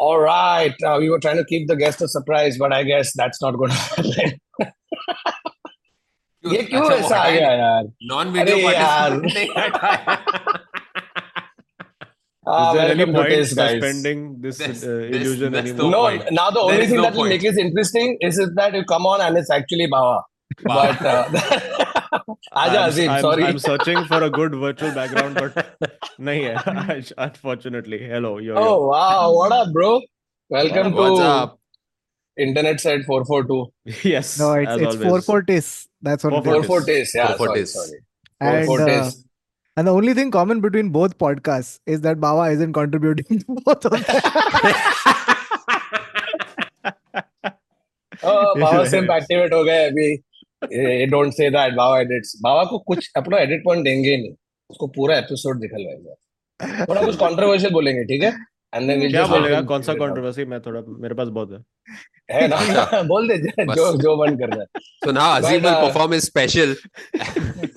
All right. Uh, we were trying to keep the guest a surprise, but I guess that's not going to happen. ये क्यों अच्छा, वो ऐसा आ हटाएंगे। गया यार नॉन अरे वीडियो यार। नहीं हटाया Ah, Is there any welcome to point Taste, guys. suspending this That's- uh, that's- illusion that's the anymore? No, point. now the There only is thing no that will point. make this interesting is, is that you come on and it's actually Bawa. Wow. But uh, Aja I'm, Azim, I'm- sorry. I'm searching for a good virtual background, but nahi hai. Unfortunately, hello, yo, yo. Oh wow, what up, bro? Welcome to What's up? Internet Side 442. Yes, No, it's as it's four always. four tis. That's what it is. 440. 440s, yeah, 440s. sorry, sorry. And, 440s. uh, and the only thing common between both podcasts is that Bawa isn't contributing to both of them. Oh, बाबा सिर्फ activate हो गए अभी don't say that Baba edits Baba को कुछ अपना edit point देंगे ही नहीं उसको पूरा एपिसोड दिखलवाएगा थोड़ा कुछ कंट्रोवर्शियल बोलेंगे ठीक है एंड देन क्या बोलेगा कौन सा कंट्रोवर्सी मैं थोड़ा मेरे पास बहुत है है ना अच्छा। बोल दे बस। जो जो मन कर रहा So now But, Azim will uh, perform his special.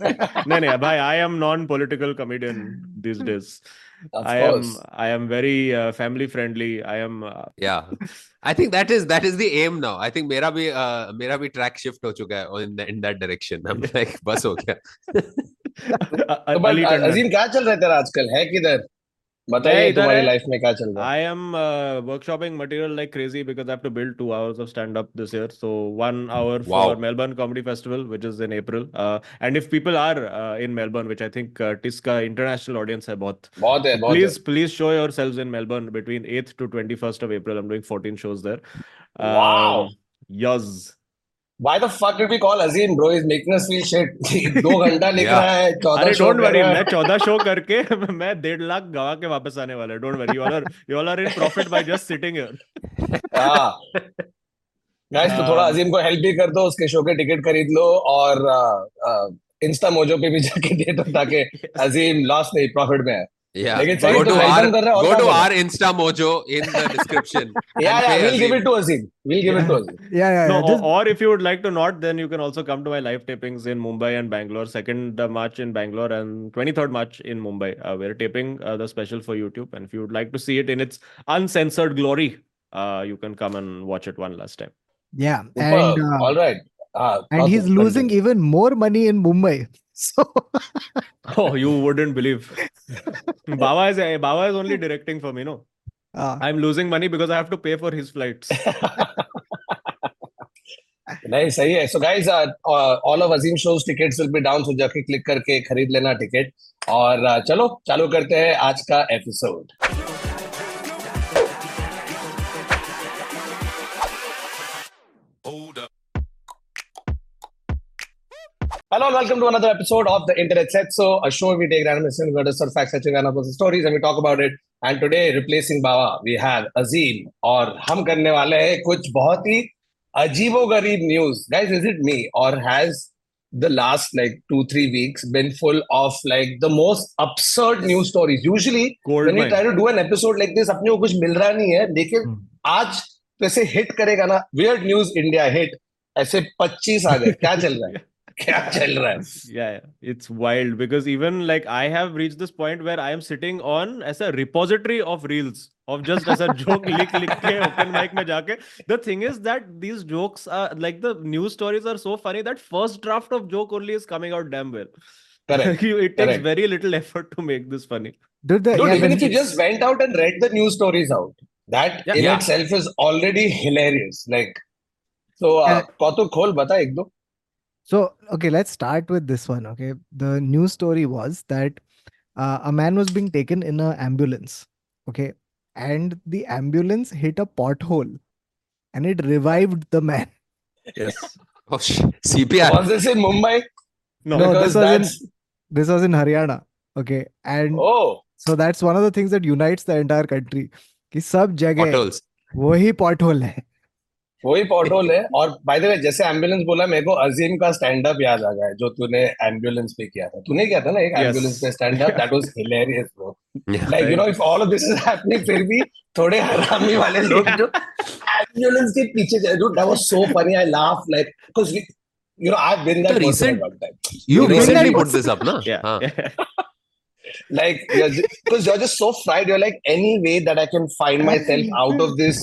नहीं नहीं भाई I am non political comedian these days है i of am course i am very uh, family friendly i am uh, Yeah. I think that is that is the aim now. I think मेरा भी uh, मेरा भी track shift हो चुका है in in that direction. I'm like बस हो गया. तो Ali बट Tandon. अजीम क्या चल रहा है तेरा आजकल है किधर मैं बताइए इधर तुम्हारी है। लाइफ में क्या चल रहा है I am uh, workshopping material like crazy because I have to build two hours of stand up this year. So one hour Wow. for Melbourne Comedy Festival, which is in April. Uh, and if people are uh, in Melbourne, which I think uh, Tiska international audience hai bahut, बहुत है बहुत please please show yourselves in Melbourne between 8th to 21st of April. I'm doing 14 shows there. Wow. Um, yes. Why the fuck did we call Azim bro is making us feel shit 2 घंटा लिख रहा है 14 अरे show don't कर worry रहा है मैं 14 show करके मैं डेढ़ लाख गवा के वापस आने वाला है don't worry you all are you all are in profit by just sitting here हाँ गाइस तो थोड़ा हाँ। अजीम को हेल्प भी कर दो उसके शो के टिकट खरीद लो और इंस्टा मोजो पे भी जाके दे दो ताकि अजीम लॉस नहीं प्रॉफिट में है Yeah. लेकिन Go सही तो to वेलकम our कर रहा है और go क्या to कर रहा our Insta Mojo in the description. है या and या pay will give Azim. It to Azim will give it to Azim yeah, yeah, No, or- yeah. Just, or if you would like to not, then you can also come to my live tapings in Mumbai and Bangalore. Second uh, March in Bangalore and twenty third March in Mumbai. Uh, we're taping uh, the special for YouTube, and if you would like to see it in its uncensored glory, uh, you can come and watch it one last time. yeah. And super uh, all right हाँ and he's losing even more money in Mumbai. So Oh, you wouldn't believe. Baba is eh, Baba is only directing for me. No, uh, I'm losing money because I have to pay for his flights. नहीं सही है uh, so guys all of Azeem shows tickets will be down so जाके click करके खरीद लेना ticket और uh, चलो चालू करते हैं आज का episode Hello and welcome to another episode of the Internet Set. So, a show we take random incidents, murders, or facts, such random person stories, and we talk about it. And today, replacing Baba, we have Azim. और हम करने वाले हैं कुछ बहुत ही अजीबोगरीब news. Guys, is it me or has the last like two three weeks been full of like the most absurd news stories? Usually, Gold when we mine. try to do an episode like this, अपने को कुछ मिल रहा नहीं है. लेकिन आज जैसे hit करेगा ना, weird news India hit. ऐसे 25 आ गए क्या चल रहा है क्या चल रहा है yeah, yeah. it's wild because even like I have reached this point where I am sitting on as a repository of reels of just as a joke lick lick ke open mic mein jaake. The thing is that these jokes are like the news stories are so funny that first draft of joke only is coming out damn well. Correct. You- it takes Correct. very little effort to make this funny. dude, the, Dude, yeah, even when if you it's- just went out and read the news stories out, that Yeah. in Yeah. itself is already hilarious. Like, so uh, Yeah. Kautuk, खोल बता एक दो. So, okay, let's start with this one. Okay. The news story was that uh, a man was being taken in an ambulance. Okay. And the ambulance hit a pothole and it revived the man. Yes. Oh, sh- CPR. Was this in Mumbai? No. No, Because this was in- that's This was in Haryana. Okay. And oh, so that's one of the things that unites the entire country. कि सब जगह Potholes. वही pothole है वही pothole है. और by the way, जैसे ambulance बोला मेरे को अजीम का stand up याद आ गया है, जो तूने ambulance पे किया था. तूने किया था ना एक Yes. ambulance पे stand up? That was hilarious, bro. Yeah. Like you know, if all of this is happening, फिर भी थोड़े हरामी वाले लोग जो ambulance के पीछे चले- dude, that was so funny. I laughed like because we, you know, I've been that The person a recent- long time. You You know, recently when I put this up, na? हाँ। Yeah. Huh. yeah. Like, because you're, just so fried. You're like, any way that I can find myself out of this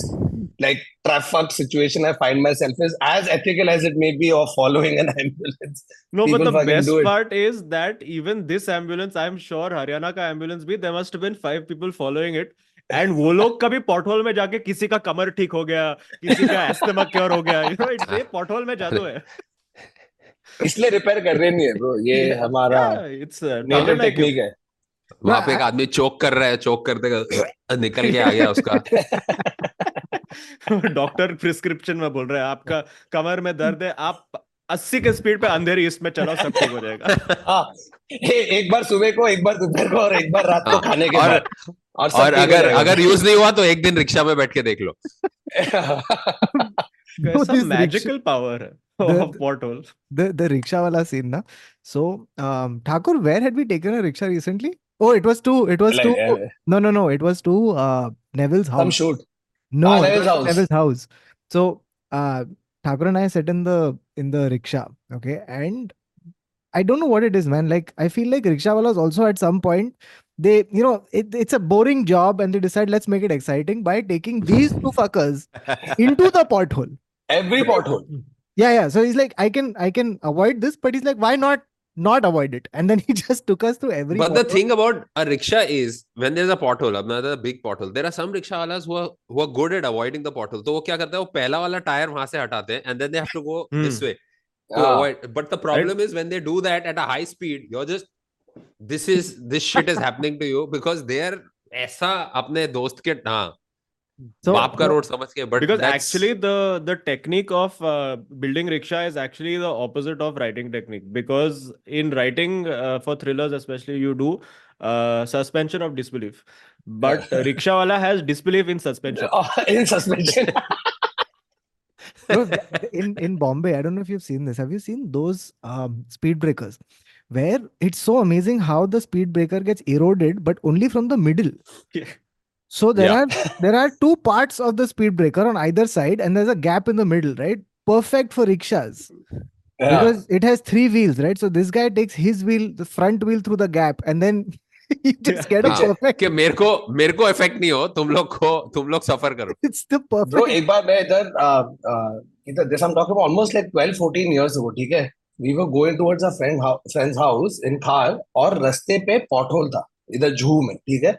like traffic situation I find myself is as ethical as it may be of following an ambulance. No, People but the fucking best do it. part is that even this ambulance, I'm sure Haryana का ambulance भी there must have been five people following it. And वो लोग कभी pothole में जाके किसी का कमर ठीक हो गया, किसी का asthma cure हो गया. You know, it's ये pothole में जादू है. इसलिए रिपेयर कर रहे नहीं है bro. ये हमारा Yeah, it's uh, nature talent IQ. Technique है वहां पे एक आदमी चोक कर रहा है चोक करते कर, निकल के आ गया उसका डॉक्टर प्रिस्क्रिप्शन में बोल रहे हैं आपका कमर में दर्द है आप 80 के स्पीड पे अंधेरी ईस्ट में चलो सब ठीक हो जाएगा हाँ ए, एक बार सुबह को एक बार दोपहर को और एक बार रात को हाँ, खाने के और- बाद और सब और ठीक हो अगर जाएगा। अगर यूज नहीं हुआ तो एक दिन रिक्शा में बैठ के देख लो No, कैसा this rickshaw- मैजिकल पावर है The- of portal the the rickshaw wala scene na so um thakur where had we taken a rickshaw recently oh it was to it was like, to uh, no no no it was to uh neville's some house shoot. no Ah, it Neville's was to house. neville's house so uh thakur and i sat in the in the rickshaw okay and i don't know what it is man like i feel like rickshaw walas also at some point they you know it, it's a boring job and they decide let's make it exciting by taking these two fuckers into the pothole Every pothole. yeah, yeah. So he's like, I can, I can avoid this, but he's like, why not, not avoid it? And then he just took us through every. But the pothole. thing about a rickshaw is when there's a pothole, another big pothole, there are some rickshaw wallahs who are who are good at avoiding the pothole. तो वो क्या करते हैं वो पहला वाला tyre वहां से हटाते हैं and then they have to go Hmm. this way to Ah. avoid. But the problem is when they do that at a high speed, you're just this is this shit is happening to you because they're ऐसा अपने दोस्त के हाँ So बाप का the- road समझ के but because that's- actually the the technique of uh, building rickshaw is actually the opposite of writing technique because in writing uh, for thrillers especially you do uh, suspension of disbelief but rickshaw wala has disbelief in suspension Oh, in suspension. No, th- th- in in Bombay, I don't know if you've seen this. Have you seen those um, speed breakers, where it's so amazing how the speed breaker gets eroded, but only from the middle. Yeah. So there Yeah. are there are two parts of the speed breaker on either side, and there's a gap in the middle, right? Perfect for rickshaws. Yeah. because it has three wheels, right? So this guy takes his wheel, the front wheel through the gap, and then you just get a Yeah. perfect. कि मेरे को मेरे को effect नहीं हो तुम लोग को तुम लोग सफर करो It's the Bro, perfect. एक बार मैं इधर uh, uh, इधर this I'm talking about almost like 12 14 years ago ठीक है we were going towards a friend house friend's house in Thar और रास्ते पे pothole था इधर जुहू में ठीक है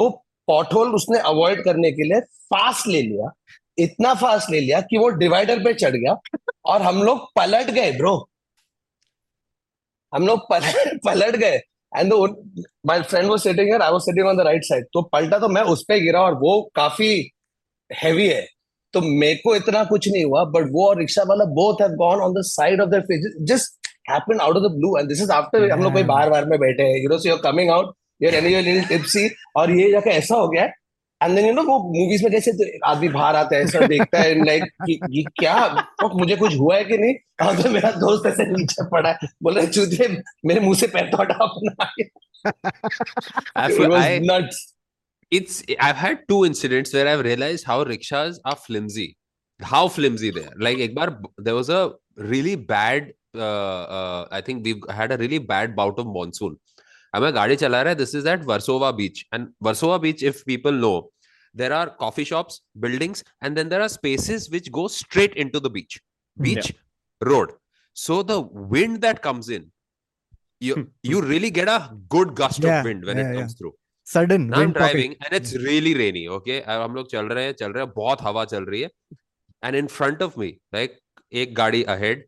तो pothole उसने avoid करने के लिए fast ले लिया इतना fast ले लिया कि वो divider पे चढ़ गया और हम लोग पलट गए bro हम लोग पलट पलट गए and my friend was sitting here i was sitting on the right side तो पलटा तो मैं उस पे गिरा और वो काफी हैवी है तो मेरे को इतना कुछ नहीं हुआ बट वो और रिक्शा वाला both have gone on the side of their face just happened out of the blue and this is after हम लोग कोई Damn. बार बार में बैठे हैं you know so you coming out you any your little tipsy और ये जाके ऐसा हो गया एंड देन यू नो वो मूवीज में जैसे तो आदमी बाहर आता है ऐसा देखता है लाइक ये क्या fuck, मुझे कुछ हुआ है कि नहीं और तो मेरा दोस्त ऐसे नीचे पड़ा है बोला चूतिए मेरे मुंह से पैर तो हटा अपना That's It what was I- nuts. it's I've had two incidents where I've realized how rickshaws are flimsy. How flimsy they are. Like Ekbar, there was a really bad uh, uh, I think we've had a really bad bout of monsoon. I'm a gaadi chala raha hai. This is at Versova Beach. And Versova Beach, if people know, there are coffee shops, buildings, and then there are spaces which go straight into the beach. Beach, road. So the wind that comes in, you you really get a good gust Yeah, of wind when yeah, it yeah. comes through. Sudden. I am wind popping. Driving and it's really rainy okay Uh, हम लोग चल रहे हैं चल रहे हैं बहुत हवा चल रही है and in front of me like एक गाड़ी ahead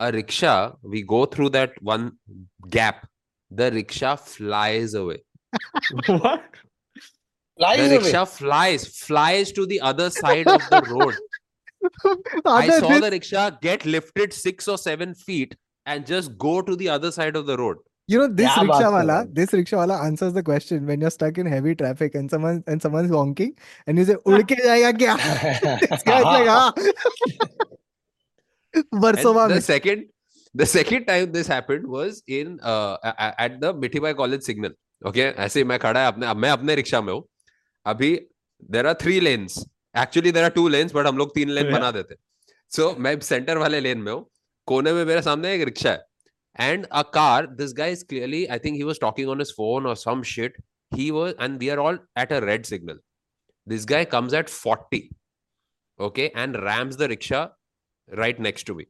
a rickshaw we go through that one gap the rickshaw flies away what the Flies away. Rickshaw flies flies to the other side of the road I Other saw risk, the rickshaw get lifted 6 or 7 feet and just go to the other side of the road you know this क्या बात rickshaw कर रहे wala. हो? This rickshaw wala answers the question when you're stuck in heavy traffic and someone and someone's honking and you say "उड़के जाएगा क्या?" This हाँ, guy's like, "Ah." And Versova the mein. second, the second time this happened was in uh, a- a- at the Mithibai college signal okay ऐसे ही मैं खड़ा है अपने मैं अपने रिक्शा में हूँ अभी there are three lanes actually there are two lanes but हम लोग तीन लेन Yeah. बना देते सो so, मैं सेंटर वाले लेन में हूँ कोने में मेरे सामने एक रिक्शा है and a car this guy is clearly i think he was talking on his phone or some shit he was and we are all at a red signal this guy comes at 40 okay and rams the rickshaw right next to me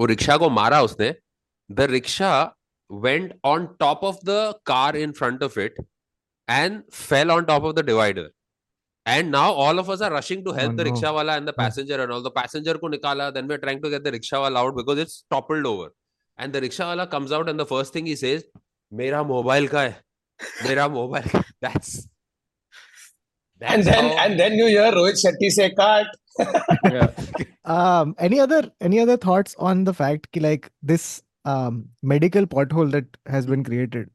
वो rickshaw को मारा उसने the rickshaw went on top of the car in front of it and fell on top of the divider and now all of us are rushing to help Oh, the no. Rickshaw वाला and the Yeah. Passenger and all the passenger को निकाला then we are trying to get the rickshaw वाला out because it's toppled over and the rickshaw वाला comes out and the first thing he says मेरा mobile का है मेरा mobile that's And then and then you hear Rohit Shetty say cut. Um, any other any other thoughts on the fact ki, like this um medical pothole that has been created?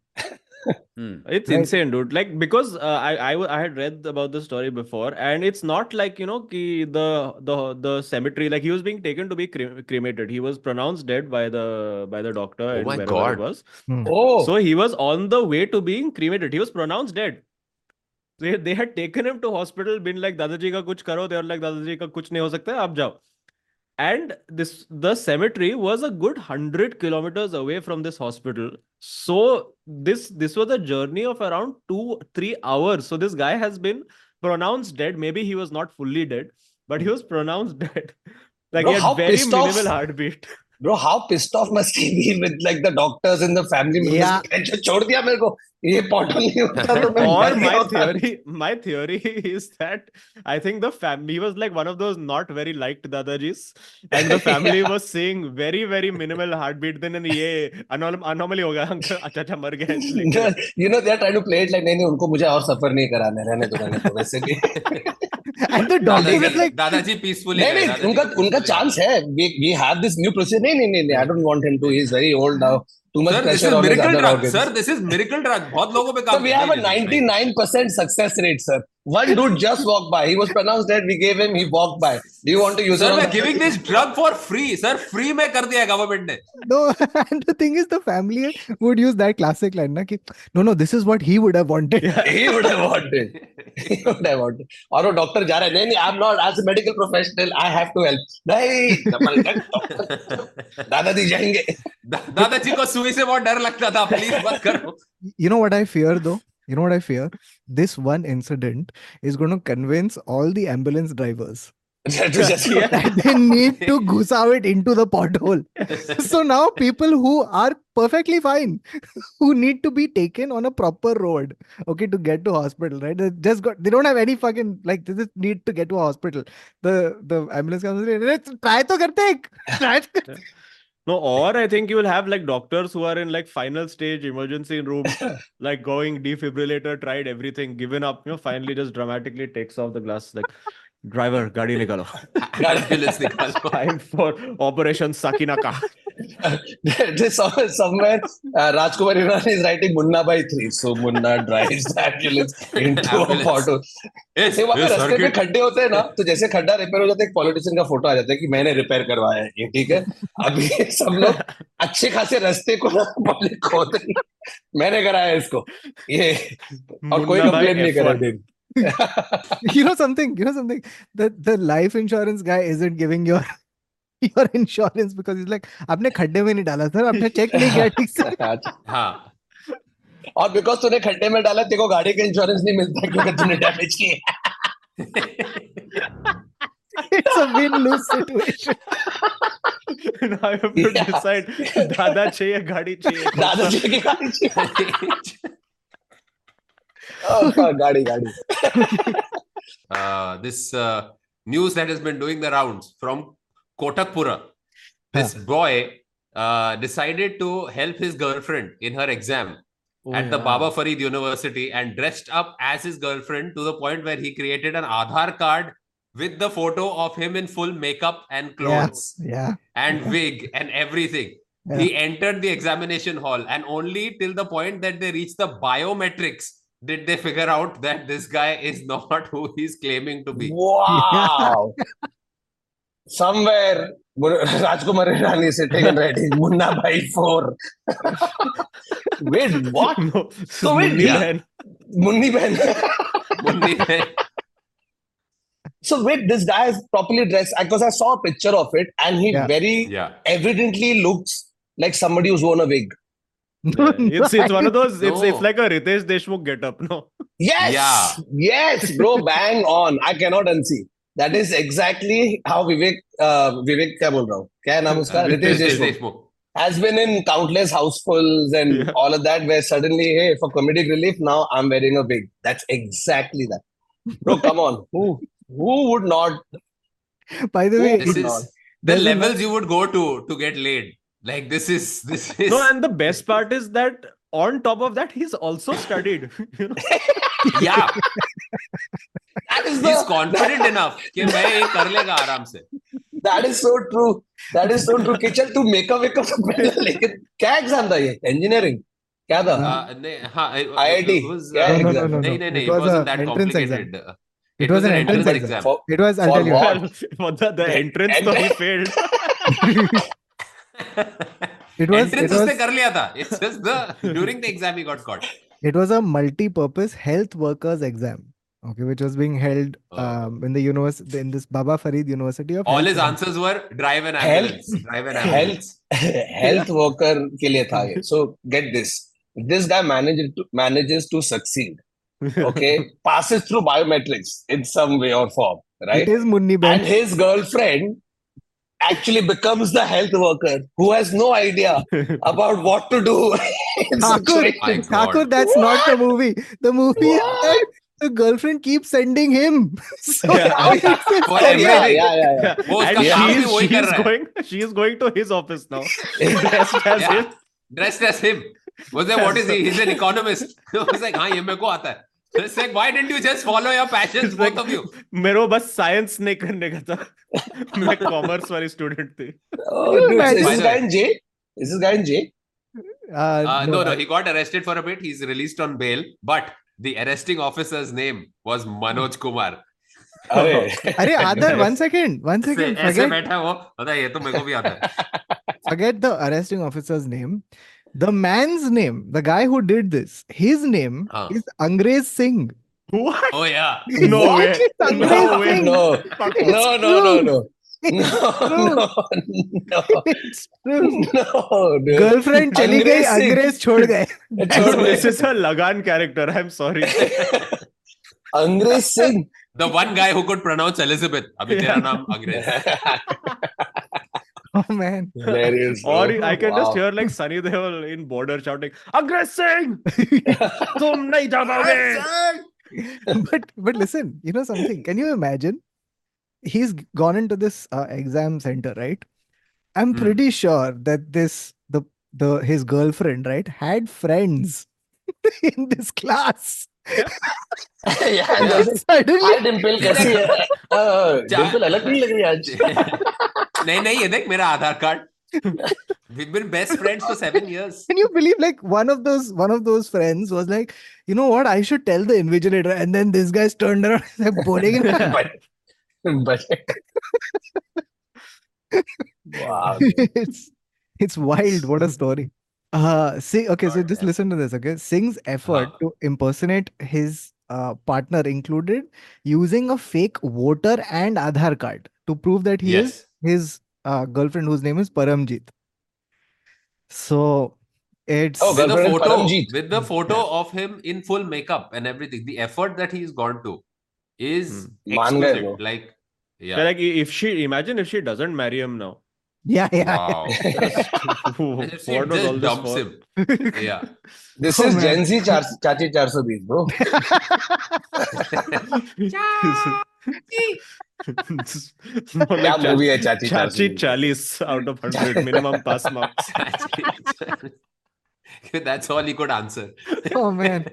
It's Right. insane, dude. Like because uh, I, I w- I had read about the story before, and it's not like you know ki the the the cemetery. Like he was being taken to be cre- cremated. He was pronounced dead by the by the doctor. Oh and my wherever God. It was. Oh, So he was on the way to being cremated. He was pronounced dead. They they had taken him to hospital, been like Dadaji ka kuch karo. They were like Dadaji ka kuch nahi ho sakta, aap jao. And this the cemetery was a good hundred kilometers away from this hospital. So this this was a journey of around two three hours. So this guy has been pronounced dead. Maybe he was not fully dead, but he was pronounced dead. Like Bro, he how had very pissed off- minimal heartbeat. bro, how pissed off must he be with like the doctors and the family members? Yeah. "अरे, जो छोड़ दिया मेरे को ये portal नहीं होता तो मैं or मर गया my होता." theory my theory is that i think the family was like one of those not very liked dadajis and the family was saying very very minimal heartbeat then and ye anom- anomaly ho gaya uncle acha acha mar gaya it's like that. You know, they are trying to play it like, नहीं नहीं उनको मुझे और सफर नहीं कराना है, रहने दो रहने दो वैसे भी And the doctor was like, दादाजी पीसफुली नहीं नहीं उनका उनका चांस है we we have this new procedure नहीं नहीं नहीं I don't want him to he is very old now too much sir this is pressure on his miracle other drug organs sir this is miracle drug बहुत लोगों पे काम So we have a 99% success rate, sir. One dude just walked by. He was pronounced dead. We gave him. He walked by. Do you want to use it? Sir on we the- giving this drug for free sir free में कर दिया government ने no, and the thing is, the family would use that classic line, na, ki, no, no, this is what he would have wanted. He would have wanted. He would have wanted. और वो doctor जा रहा है नहीं नहीं I am not as a medical professional I have to help नहीं Kamal cut, doctor दादाजी जाएंगे दा- दादाजी को सुई से बहुत डर लगता था प्लीज मत करो Y- You know what I fear though? You know what I fear? This one incident is going to convince all the ambulance drivers To just- that they need to goose out into the pothole. So now people who are perfectly fine, who need to be taken on a proper road, okay, to get to hospital, right? They just got they don't have any fucking like they just need to get to a hospital. The the ambulance comes in, let's try to karte hain, try to karte hain." no or i think you will have like doctors who are in like final stage emergency room like going defibrillator tried everything given up you know finally just dramatically takes off the glass like driver gadi nikalo Ambulance निकालो time for operation sakinaka Just some- somewhere, uh, Rajkumar Hirani is writing Munna by three. So Munna drives the ambulance into a Ambulance. pothole. Yes, नहीं, वहाँ पे yes, रास्ते में circuit. खड्डे होते हैं ना तो जैसे खड्डा रिपेयर हो जाता है एक पॉलिटिशियन का फोटो आ जाता है कि मैंने रिपेयर करवाया है ये ठीक है अब ये सब लोग अच्छे खासे रास्ते को ना पब्लिक खोते हैं। मैंने कराया इसको ये और कोई Munna by कंप्लेन नहीं करा F1. दिन you know something you know something the the life insurance guy isn't giving your your insurance because he's like आपने खड्डे में नहीं डाला सर आपने चेक नहीं किया ठीक से हाँ और बिकॉज तूने खड्डे में डाला तेरे को गाड़ी का इंश्योरेंस नहीं मिलता क्योंकि तूने डैमेज किया है। it's a win lose situation now I have to Yeah. decide दादा चाहिए गाड़ी चाहिए कौन सा? दादाजी की गाड़ी चाहिए। Oh, fuck, गाड़ी गाड़ी uh, this uh, news that has been doing the rounds from Kotakpura. This boy uh, decided to help his girlfriend in her exam at the Baba Farid University and dressed up as his girlfriend to the point where he created an Aadhaar card with the photo of him in full makeup and clothes yeah and wig and everything. Yeah. He entered the examination hall, and only till the point that they reached the biometrics did they figure out that this guy is not who he's claiming to be. Wow. Somewhere, Mur- Rajkumar Hirani is sitting and writing Munna by four. Wait, what? No, So wait, Munni yeah. Bhai. Munni Bhen. Munni Bhai. so wait, this guy is properly dressed because I saw a picture of it and he Yeah. very yeah. evidently looks like somebody who's worn a wig. No, no, it's it's one of those. It's No. it's like a Ritesh Deshmukh get up. No, Yes. Yeah. Yes, bro. Bang on. I cannot unsee. That is exactly how Vivek, uh, Vivek क्या बोल रहा हूँ? क्या है नाम Uh, उसका? Uh, Ritesh Ritesh Deshmukh. Deshmukh. Has been in countless housefuls and Yeah. all of that where suddenly, hey, for comedic relief, now I'm wearing a wig. That's exactly that. Bro, come on. Who who would not? I- By the Who way, This would it- is not? the there's another- levels you would go to to get laid. Like this is this is no, and the best part is that on top of that, he's also studied. You know, yeah. That is He's the, confident enough कि मैं ये कर लेगा आराम से. that is so true. That is so true. कि चल तू makeup वेकअप तो पहले ले, लेकिन क्या एग्जाम था ये? Engineering. क्या था? Uh, ne- हाँ, it- IIT. It was, Yeah, uh, No, no, no, no, no, नहीं, no. नहीं, It नहीं, it was a wasn't that entrance exam. complicated. Uh, It was an entrance entrance exam. exam. For- it was. I'll For tell you. what? for the, the entrance though he failed. It was. It entrance was. उसने कर लिया था. It's just the during the exam he got caught. It was a multi-purpose health workers exam. Okay, which was being held Oh. um, in the university in this Baba Farid University of All Health his and- answers were drive an Health. ambulance. Drive an Health. ambulance. Health worker के लिए था ये so get this this guy manage manages to succeed okay passes through biometrics in some way और form It right is Munni and Ben. His girlfriend actually becomes the health worker who has no idea about what to do in Thakur, My situations. Thakur, God. that's not the movie. The movie is What? that the girlfriend keeps sending him. So Yeah. now he's in For Yeah, study. yeah, everything. yeah, yeah. Yeah. वो उसका And काम भी she is, वही she कर is रहा है. going she is going to his office now. Dressed as Yeah. him. dressed as him. Was like, what is he? He's an economist. I was like, हाँ ये मेरे को आता है. It's like, why didn't you just follow your passions, It's like- both of you? मेरे को बस science नहीं करने का था मैं कॉमर्स वाली स्टूडेंट थी Oh, Can you dude, is imagine? this guy in jail? Is this guy in jail? Uh, Uh, no, no, no, he got arrested for a bit. He's released on bail, but the arresting officer's name was Manoj Kumar. अरे, Oh. Arey, Aadhar, one second, one second. ऐसे- ऐसे Forget, बैठा है वो पता है ये तो मेरे को भी आता है forget the arresting officer's name. The man's name, the guy who did this, his name Huh. is Angrez Singh. What? oh yeah No what? way. It's Angrez No way. Singh. no, no, no, no, no. No, true. no, no. It's true. No, dude. Girlfriend चली गई, Angrez Singh. अंग्रेज छोड़ गए. छोड़ Dude, they. this is a Lagan character. I'm sorry. अंग्रेज Singh the one guy who could pronounce Elizabeth अभी तेरा Yeah. नाम अंग्रेज Oh man. Hilarious, Or Oh, bro. I can just Wow. hear like Sunny Deol in border shouting, "Aggressing! तुम नहीं जाओगे." but but listen, you know something? Can you imagine? He's g- gone into this uh, exam center, right? I'm Hmm. pretty sure that this the the his girlfriend, right, had friends in this class. Yeah, And that's it. suddenly, Hi, Dimple, कैसी है? Uh, Dimple अलग नहीं लग रही आज। नहीं नहीं ये देख मेरा Aadhaar card we've been best friends for seven years can you believe? Like one of those one of those friends was like, you know what? I should tell the invigilator. And then this guy's turned around and said, boarding. हाँ। But- Wow. it's it's wild. What a story. Uh, see, okay, so God, just man. listen to this. Okay, Singh's effort Huh. to impersonate his uh, partner included using a fake voter and Aadhaar card to prove that he is yes his uh, girlfriend, whose name is Paramjit. So it's Oh, with the Girlfriend photo Paramjit. with the photo of him in full makeup and everything the effort that he's gone to is Hmm. मान गए वो। exquisite like But, yeah Like if she imagine if she doesn't marry him now. yeah, yeah. wow and if she what was all just this dumps for? him uh, yeah This Oh, is man. Gen Z चार- चाची 420, bro. This- no, like क्या Chachi- movie है चाची Chachi 420? 40 out of 100 minimum pass marks. that's all he could answer Oh man.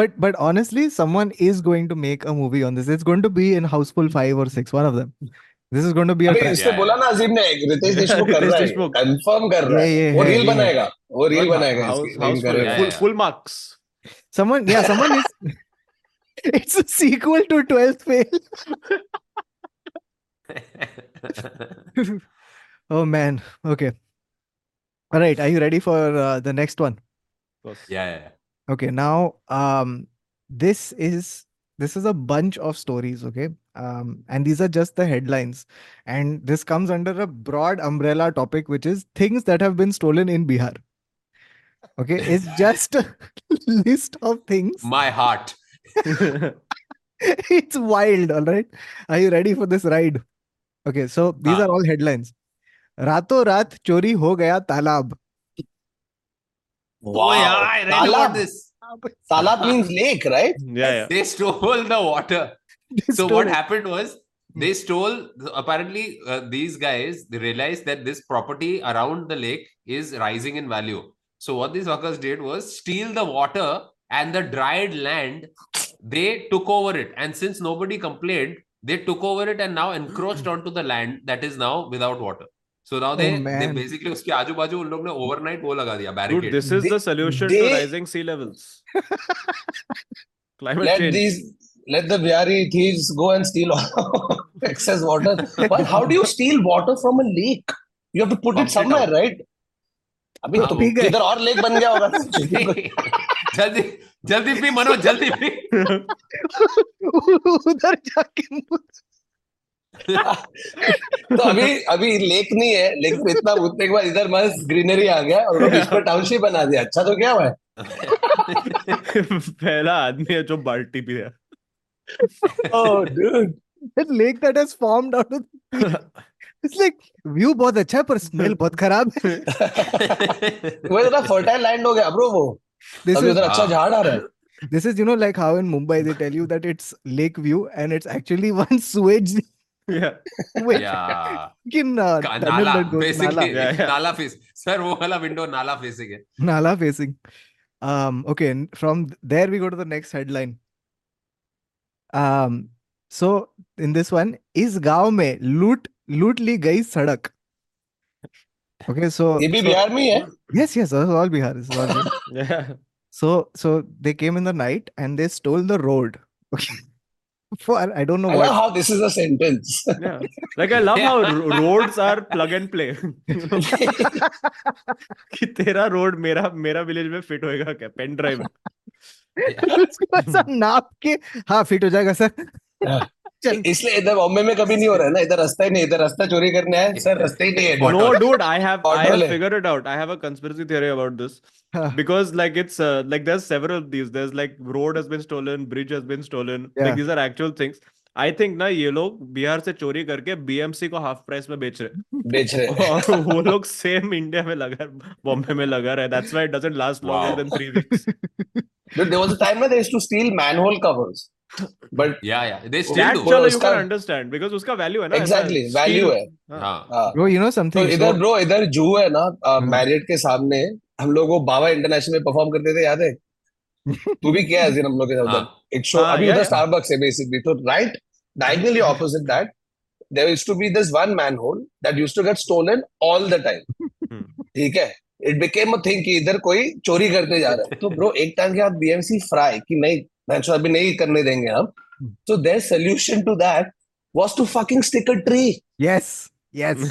But but honestly, someone is going to make a movie on this. It's going to be in Houseful Five or Six, one of them. This is going to be a अरे trend. इसने Yeah, बोला ना अजीम ने रितेश देशमुख कर रितेश रहा है Deshmukh. Confirm कर रहा है Yeah, yeah, वो yeah, रील yeah. बनाएगा वो रील बनाएगा House- इसकी रील houseful, करेगा Yeah, full, yeah. full marks. Someone, yeah, someone is. It's a sequel to 12th Fail. Oh man. Okay. All right. Are you ready for uh, the next one? yeah yeah Okay. Now, um, this is this is a bunch of stories. Okay, Um, and these are just the headlines. And this comes under a broad umbrella topic, which is things that have been stolen in Bihar. Okay, it's just a list of things. My heart. it's wild, all right. Are you ready for this ride? Okay, so these हाँ. are all headlines. Rato rat chori ho gaya talab. Oh, yeah, I read about Talab. this. Talab means lake, right? yeah, yeah. They stole the water. so what happened was Hmm. they stole apparently uh, these guys they realized that this property around the lake is rising in value so what these workers did was steal the water and the dried land they took over it and since nobody complained they took over it and now encroached Hmm. onto the land that is now without water so now they, they man. basically उसके आजू बाजू उन लोग ने overnight वो लगा दिया Oh, Dude, barricade this is They- the solution they- to rising sea levels. Climate Let change. these let the Bihari thieves go and steal all excess water. But how do you steal water from a lake? You have to put it Pump it somewhere, right? अभी हाँ, तो P गए। किधर और lake बन गया होगा जल्दी जल्दी पी मनो जल्दी पी उधर जाके तो अभी अभी लेक नहीं है लेकिन इतना उतने के बाद इधर मस्त ग्रीनरी आ गया और बीच पर टाउनशिप बना दिया अच्छा तो क्या हुआ है पहला आदमी है जो बाल्टी पी रहा Oh, dude. that lake that has formed out of it's like view बहुत अच्छा है पर स्मेल बहुत खराब है वो इतना fertile land हो गया bro वो दिस अभी इज उधर अच्छा हाँ। झाड़ आ रहा है this is you know like how in Mumbai they tell you that it's lake view and it's actually one sewage Yeah. sewage yeah fucking, uh, का- tunnel नाला that goes- बेसिकली नाला Yeah, yeah. नाला फेस सर वो वाला window नाला facing है नाला facing um okay and from th- there we go to the next headline um so in this one is गांव में लूट लूट ली गई सड़क okay so ये भी so- बिहार में ही है yes yes this is all Bihar this is all Bihar. Yeah. So, so they came in the night and they stole the road. Okay. For I don't know I what. love how this is a sentence. Yeah. Like I love how ro- roads are plug and play. You know, कि तेरा road मेरा मेरा village में fit होएगा क्या pen drive उसको ऐसा नाप के हाँ फिट हो जाएगा सर इसलिए इधर बॉम्बे में कभी नहीं हो रहा है ना इधर रास्ता ही नहीं इधर रास्ता चोरी करने आए सर रास्ते ही नहीं है Hot no dog. dude i have Hot i have dog. figured it out i have a conspiracy theory about this Huh. because like it's uh, like there's several of these there's like road has been stolen bridge has been stolen like Yeah. these are actual things i think ना ये लोग बिहार से चोरी करके BMC को half price में बेच रहे बेच रहे हैं और वो लोग सेम इंडिया में लगा बॉम्बे में लगा रहा है that's why it doesn't last Wow. Longer than 3 weeks Dude, there was a time when they used to steal manhole covers. But या या they that still That- do चलो यू उसका- कैन अंडरस्टैंड बिकॉज़ उसका value है ना ऐसा exactly, value steel- है. हां हाँ. Bro, you know तो something. इधर So, ब्रो इधर जू है ना अ, हाँ। मैरियट के सामने हम लोग वो बाबा इंटरनेशनल में परफॉर्म करते थे याद है तू भी किया है इस दिन हम लोग के साथ हाँ। उधर एक शो हाँ, अभी yeah, उधर yeah. स्टारबक्स है बेसिकली तो right diagonally opposite that there used to be this one manhole that used to get stolen all the time ठीक है इट बिकेम अ थिंग कि इधर कोई चोरी करते जा रहा है तो ब्रो एक टाइम के बाद बीएमसी फ्राई कि नहीं भैंसो अभी नहीं करने देंगे हम so there solution to that was to fucking stick a tree yes, yes.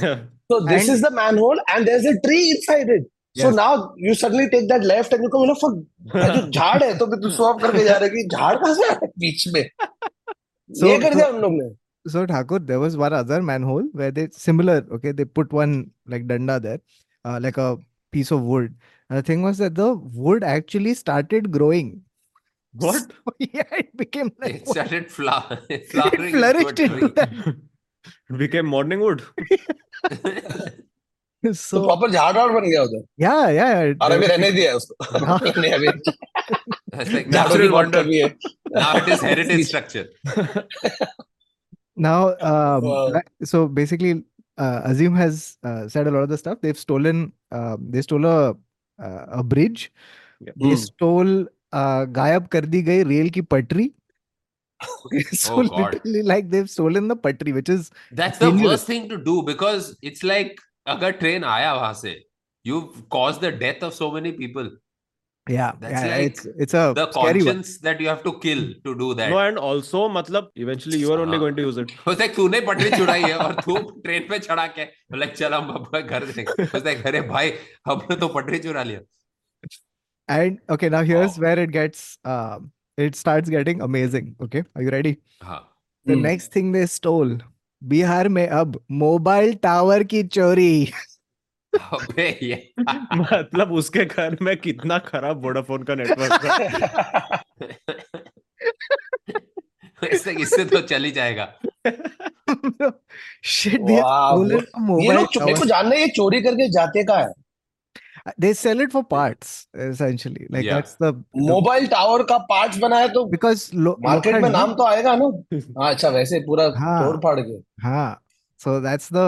So this And- is the manhole, and there's a tree inside it. So Yes. now you suddenly take that left and you come, you know, fuck, ये जो झाड़ है तो हाँ। तू swap करके जा रहा है कि झाड़ कहाँ से आया है बीच में So- तो ये कर दिया so- हम लोग ने So Thakur, there was one other manhole where they similar. Okay, they put one like danda there, uh, like a piece of wood. And the thing was that the wood actually started growing. What? So, yeah, it became like it started it flourished into that. became morning wood तो So proper झाड़ और बन गया उधर yeah, yeah. it- और there अभी was- रहने दिया उसको हाँ। नहीं अभी like झाड़ों की natural बहुत wonder कमी है now it is heritage structure Now, um, Wow. li- so basically, uh, Azim has uh, said a lot of the stuff. They've stolen, uh, they stole a, uh, a bridge. Yeah. They Hmm. stole, uh, gayab kar di gayi rail ki patri. so Oh, God. literally, like they've stolen the patri, which is that's the Dangerous. worst thing to do because it's like अगर train आया वहां से you've caused the death of so many people yeah, That's yeah, like it's it's a the scary one. conscience that you have to kill to do that no and also matlab eventually you are only हाँ. going to use it It's like तूने पटरी चुराई है और तू train पे चढ़ा के लाइक चल हम अपना घर देंगे It's like अरे भाई हमने तो पटरी चुरा लिया And okay, now here's Wow. uh, where it gets, um, it starts getting amazing. Okay, are you ready? हाँ The Hmm. next thing they stole Bihar में अब मोबाइल टावर की चोरी अबे ये- मतलब उसके घर में कितना खराब वोडाफोन का नेटवर्क था इससे इससे तो चल ही जाएगा Shit, they have Wow, bro. stolen a ये mobile लोग चो- मेरे को tower. जानना है ये चोरी करके जाते कहाँ है They sell it for parts, essentially. Like Yeah. that's the, the- mobile tower का पार्ट्स बनाया तो because lo- मार्केट में लोखंड ना- नाम तो आएगा ना हाँ अच्छा वैसे पूरा हाँ। तोड़ फाड़ के हाँ. So that's the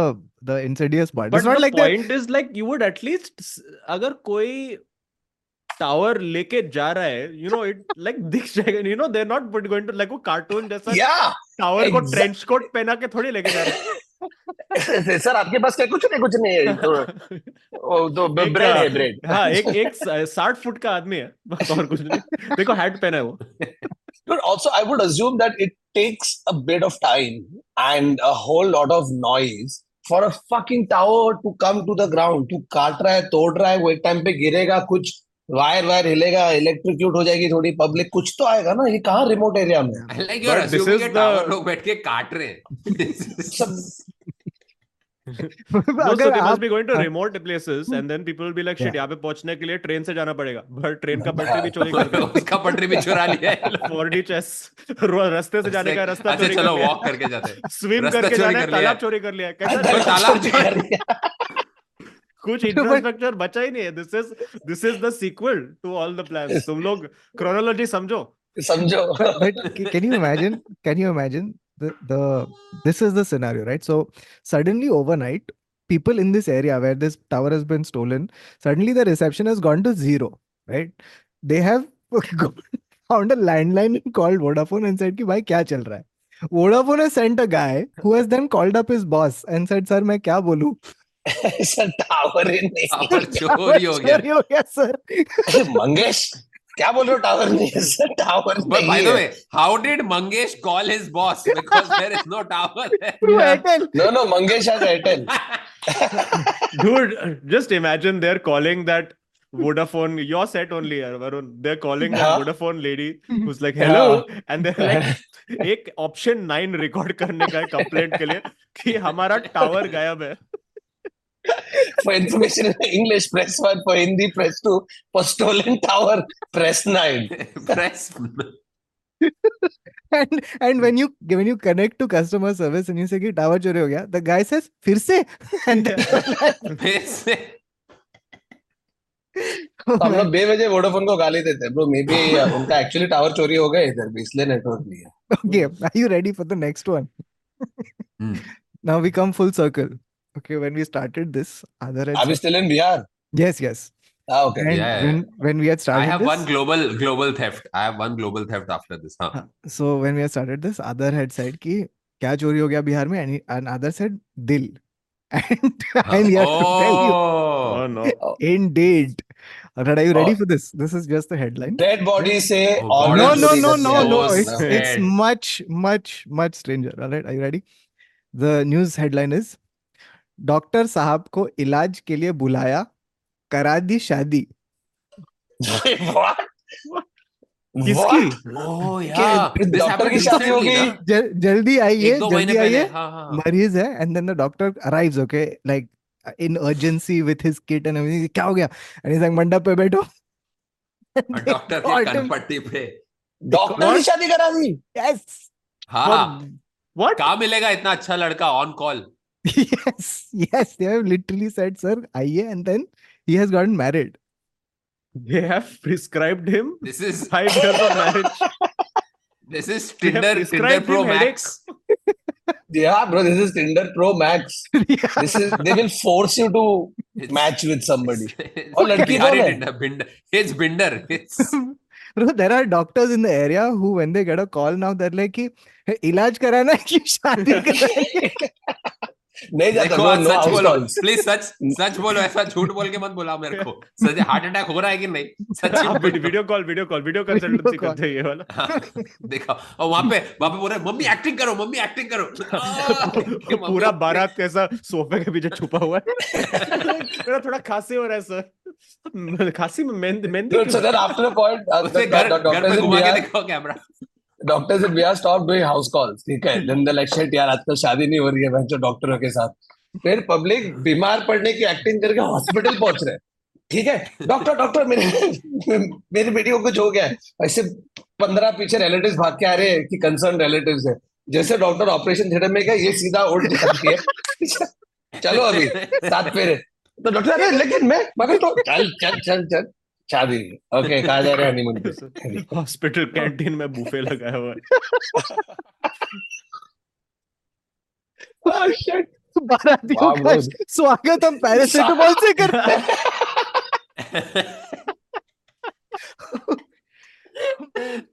the insidious part. But it's not the like that. point is like you would at least s- अगर कोई टावर लेके जा रहा है you know it like दिख जाएगा you know they're not but going to like वो cartoon जैसा या टावर को exact- ट्रेंच कोट पहना के थोड़ी लेके जा रहा सर आपके पास क्या कुछ नहीं कुछ नहीं है तो, है ओ, तो ब- एक, ब्रेड आ, है ब्रेड हाँ एक एक साठ फुट का आदमी है बस और कुछ नहीं देखो हैट पहना है वो But also, I would assume that it takes a bit of time and a whole lot of noise for a fucking tower to come to the ground. तू काट रहा है, तोड़ रहा है, वो एक time पे गिरेगा, कुछ वायर वायर हिलेगा, electrocute हो जाएगी थोड़ी public, कुछ तो आएगा ना, ये कहाँ remote area में है? Like you are But this assuming is कि टावर the- लोग बैठ के काट रहे हैं सब No, so अगर they must आप be going to हाँ। remote places hmm. and then people will be like shit Yeah. यहाँ पे पहुंचने के लिए ट्रेन से जाना पड़ेगा बट ट्रेन का पटरी भी चोरी कर दिया उसका पटरी भी चुरा लिया है ये लोग। फोर डी चेस रास्ते से It's तो जाने का like, रास्ता अच्छा चोरी चलो कर वॉक लिया करके जाते हैं स्विम रास्ता करके चोरी जाना है कर लिया है। तालाब चोरी कर लिया है। अंदर तो का कैसा तालाब चोरी जो है- कर लिया। कुछ इंफ्रास्ट्रक्चर बचा ही नहीं है this is this is the sequel to all the plans तुम लोग क्रोनोलॉजी समझो समझो but, but c- can you imagine can you imagine the, the this is the scenario right so suddenly overnight people in this area where this tower has been stolen suddenly the reception has gone to zero right they have gone- found a landline and called vodafone and said ki bhai kya chal raha hai vodafone has sent a guy who has then called up his boss and said sir main kya bolu sir tower ही नहीं tower चोरी हो गया चोरी हो गया sir Mangesh क्या बोल रहे हो टावर नहीं है सर टावर But by नहीं the है way, how did Mangesh call his boss? Because there is no tower there. through Yeah. airtel no no Mangesh has Airtel dude just imagine they're calling that vodafone your set only varun they're calling that Huh? vodafone lady who's like hello and they're like एक option nine record करने का है complaint के लिए कि हमारा tower गायब है for information in English, press one. For Hindi, press two. For stolen tower, press nine. Press. and and when you when you connect to customer service and you say कि tower चोरी हो गया the guy says फिर से and then फिर से तो हम लोग बेवजह वोडाफोन को गाली देते हैं ब्रो मे बी उनका एक्चुअली टावर चोरी हो गया इधर भी इसलिए नेटवर्क नहीं है okay are you ready for the next one Hmm. now we come full circle okay when we started this other I am still in Bihar yes yes हां okay and yeah, when when we had I started have this one global global theft. I have one global theft after this. Huh. so when we had started this other had said कि क्या चोरी हो गया बिहार में and, he- and other said दिल and हाँ, I'm here to tell you Oh. oh no indeed Alright, are you ready Oh. for this this is just the headline dead body से Oh, और God, No, I'm no, so no, no, no. so It's it's sad. much, much, much stranger. All right, are you ready? The news headline is doctor साहब को इलाज के लिए बुलाया करा दी शादी व्हाट किसकी Oh yeah. This doctor happened की शादी recently. होगी ना? जल, जल्दी आइए एक दो महीने जल्दी पहले आइए हाँ हाँ मरीज है and then the doctor arrives okay like in urgency with his kit and everything क्या हो गया एंड इज लाइक मंडप पे बैठो और डॉक्टर के called कन him. पट्टी पे डॉक्टर की शादी करा दी यस हाँ what कहाँ मिलेगा इतना अच्छा लड़का on call yes yes they have literally said sir आइए and then he has gotten married they have prescribed him this is five years of marriage this is They Tinder Tinder have prescribed Pro him Max या bro this is Tinder Pro Max this is they will force you to It's- match with somebody it's- और लड़की बिहारी कौन है? Tinder, Binder. It's Binder. It's Bro, मतलब there are doctors in the area who, when they get a call now, they're like, कि, "Hey, इलाज कराना है कि शादी कराना है?" नहीं जाता देखो ब्रो आज नो हाउस सच बोलो कॉल्स प्लीज सच सच बोलो ऐसा झूठ बोल के मत बोला मेरे को सच हार्ट अटैक हो रहा है कि नहीं सच हाँ, ही बोलो। Video call video call video consultancy call. करते हैं ये वाला हाँ, देखा और वहां पे वहां पे बोल रहे मम्मी एक्टिंग करो मम्मी एक्टिंग करो आ, कि वो मम्मी- पूरा बारात कैसा सोफे के पीछे छुपा हुआ है मेरा थोड़ा खांसी हो रहा है सर खांसी में मेहंदी मेहंदी So तो क्यों? then after a point, uh, उसने the घर doc- घर doctors पे in घुमा के Bihar, देखो कैमरा डॉक्टर से भैया स्टॉप डूइंग हाउस कॉल्स ठीक है देन लाइक शिट यार आजकल शादी नहीं हो रही है मैं तो डॉक्टरों के साथ फिर पब्लिक बीमार पड़ने की एक्टिंग करके हॉस्पिटल पहुंच रहे हैं ठीक है डॉक्टर डॉक्टर मेरे मेरी बेटी को कुछ हो गया है ऐसे पंद्रह पीछे रिलेटिव भाग के आ रहे हैं कि कंसर्न रिलेटिव है जैसे डॉक्टर ऑपरेशन थिएटर में गया ये सीधा उल्ट जाती है चलो अभी सात फेरे तो डॉक्टर अरे लेकिन मैं मगर तो चल चल चल चल शादी ओके कहा जा रहे हैं हनीमून पे अच्छा। हॉस्पिटल कैंटीन में बूफे लगाया हुआ है Oh, shit. बारातियों वाह, का bro. स्वागत हम पैरासिटामोल से करते हैं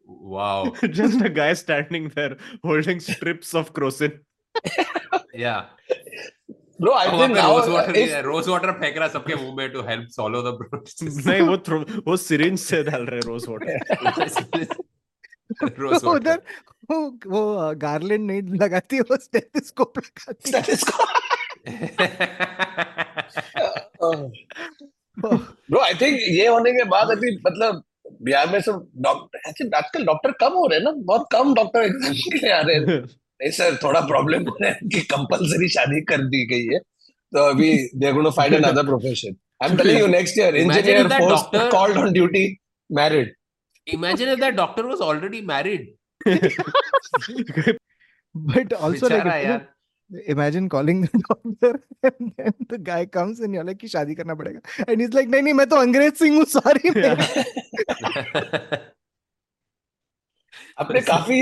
wow. just a guy standing there holding strips of crocin Yeah. Oh, Bro, I वहाँ think पे now rose water if- rose water फेंक रहा है सबके मुंह में टू हेल्प सॉल्व द नहीं वो throw- वो syringe से डाल रहे रोज वाटर रोज तो उधर वो वो गार्लैंड नहीं लगाती वो स्टेथोस्कोप लगाती है। Oh. ब्रो आई थिंक ये होने के बाद अभी मतलब बिहार में सब डॉक्टर actually आजकल डॉक्टर कम हो रहे हैं ना बहुत कम डॉक्टर एग्जाम के लिए आ रहे हैं नहीं सर थोड़ा प्रॉब्लम हो रहा है कि कंपलसरी शादी कर दी गई है तो अभी they are going to find another profession I am telling you next year Imagine if engineer that force doctor- called on duty married imagine if that doctor was already married But also like बेचारा if you यार imagine calling the doctor and then the guy comes and you're like कि शादी करना पड़ेगा and he's like नहीं नहीं मैं तो अंग्रेज सिंह हूँ sorry मैं अपने काफी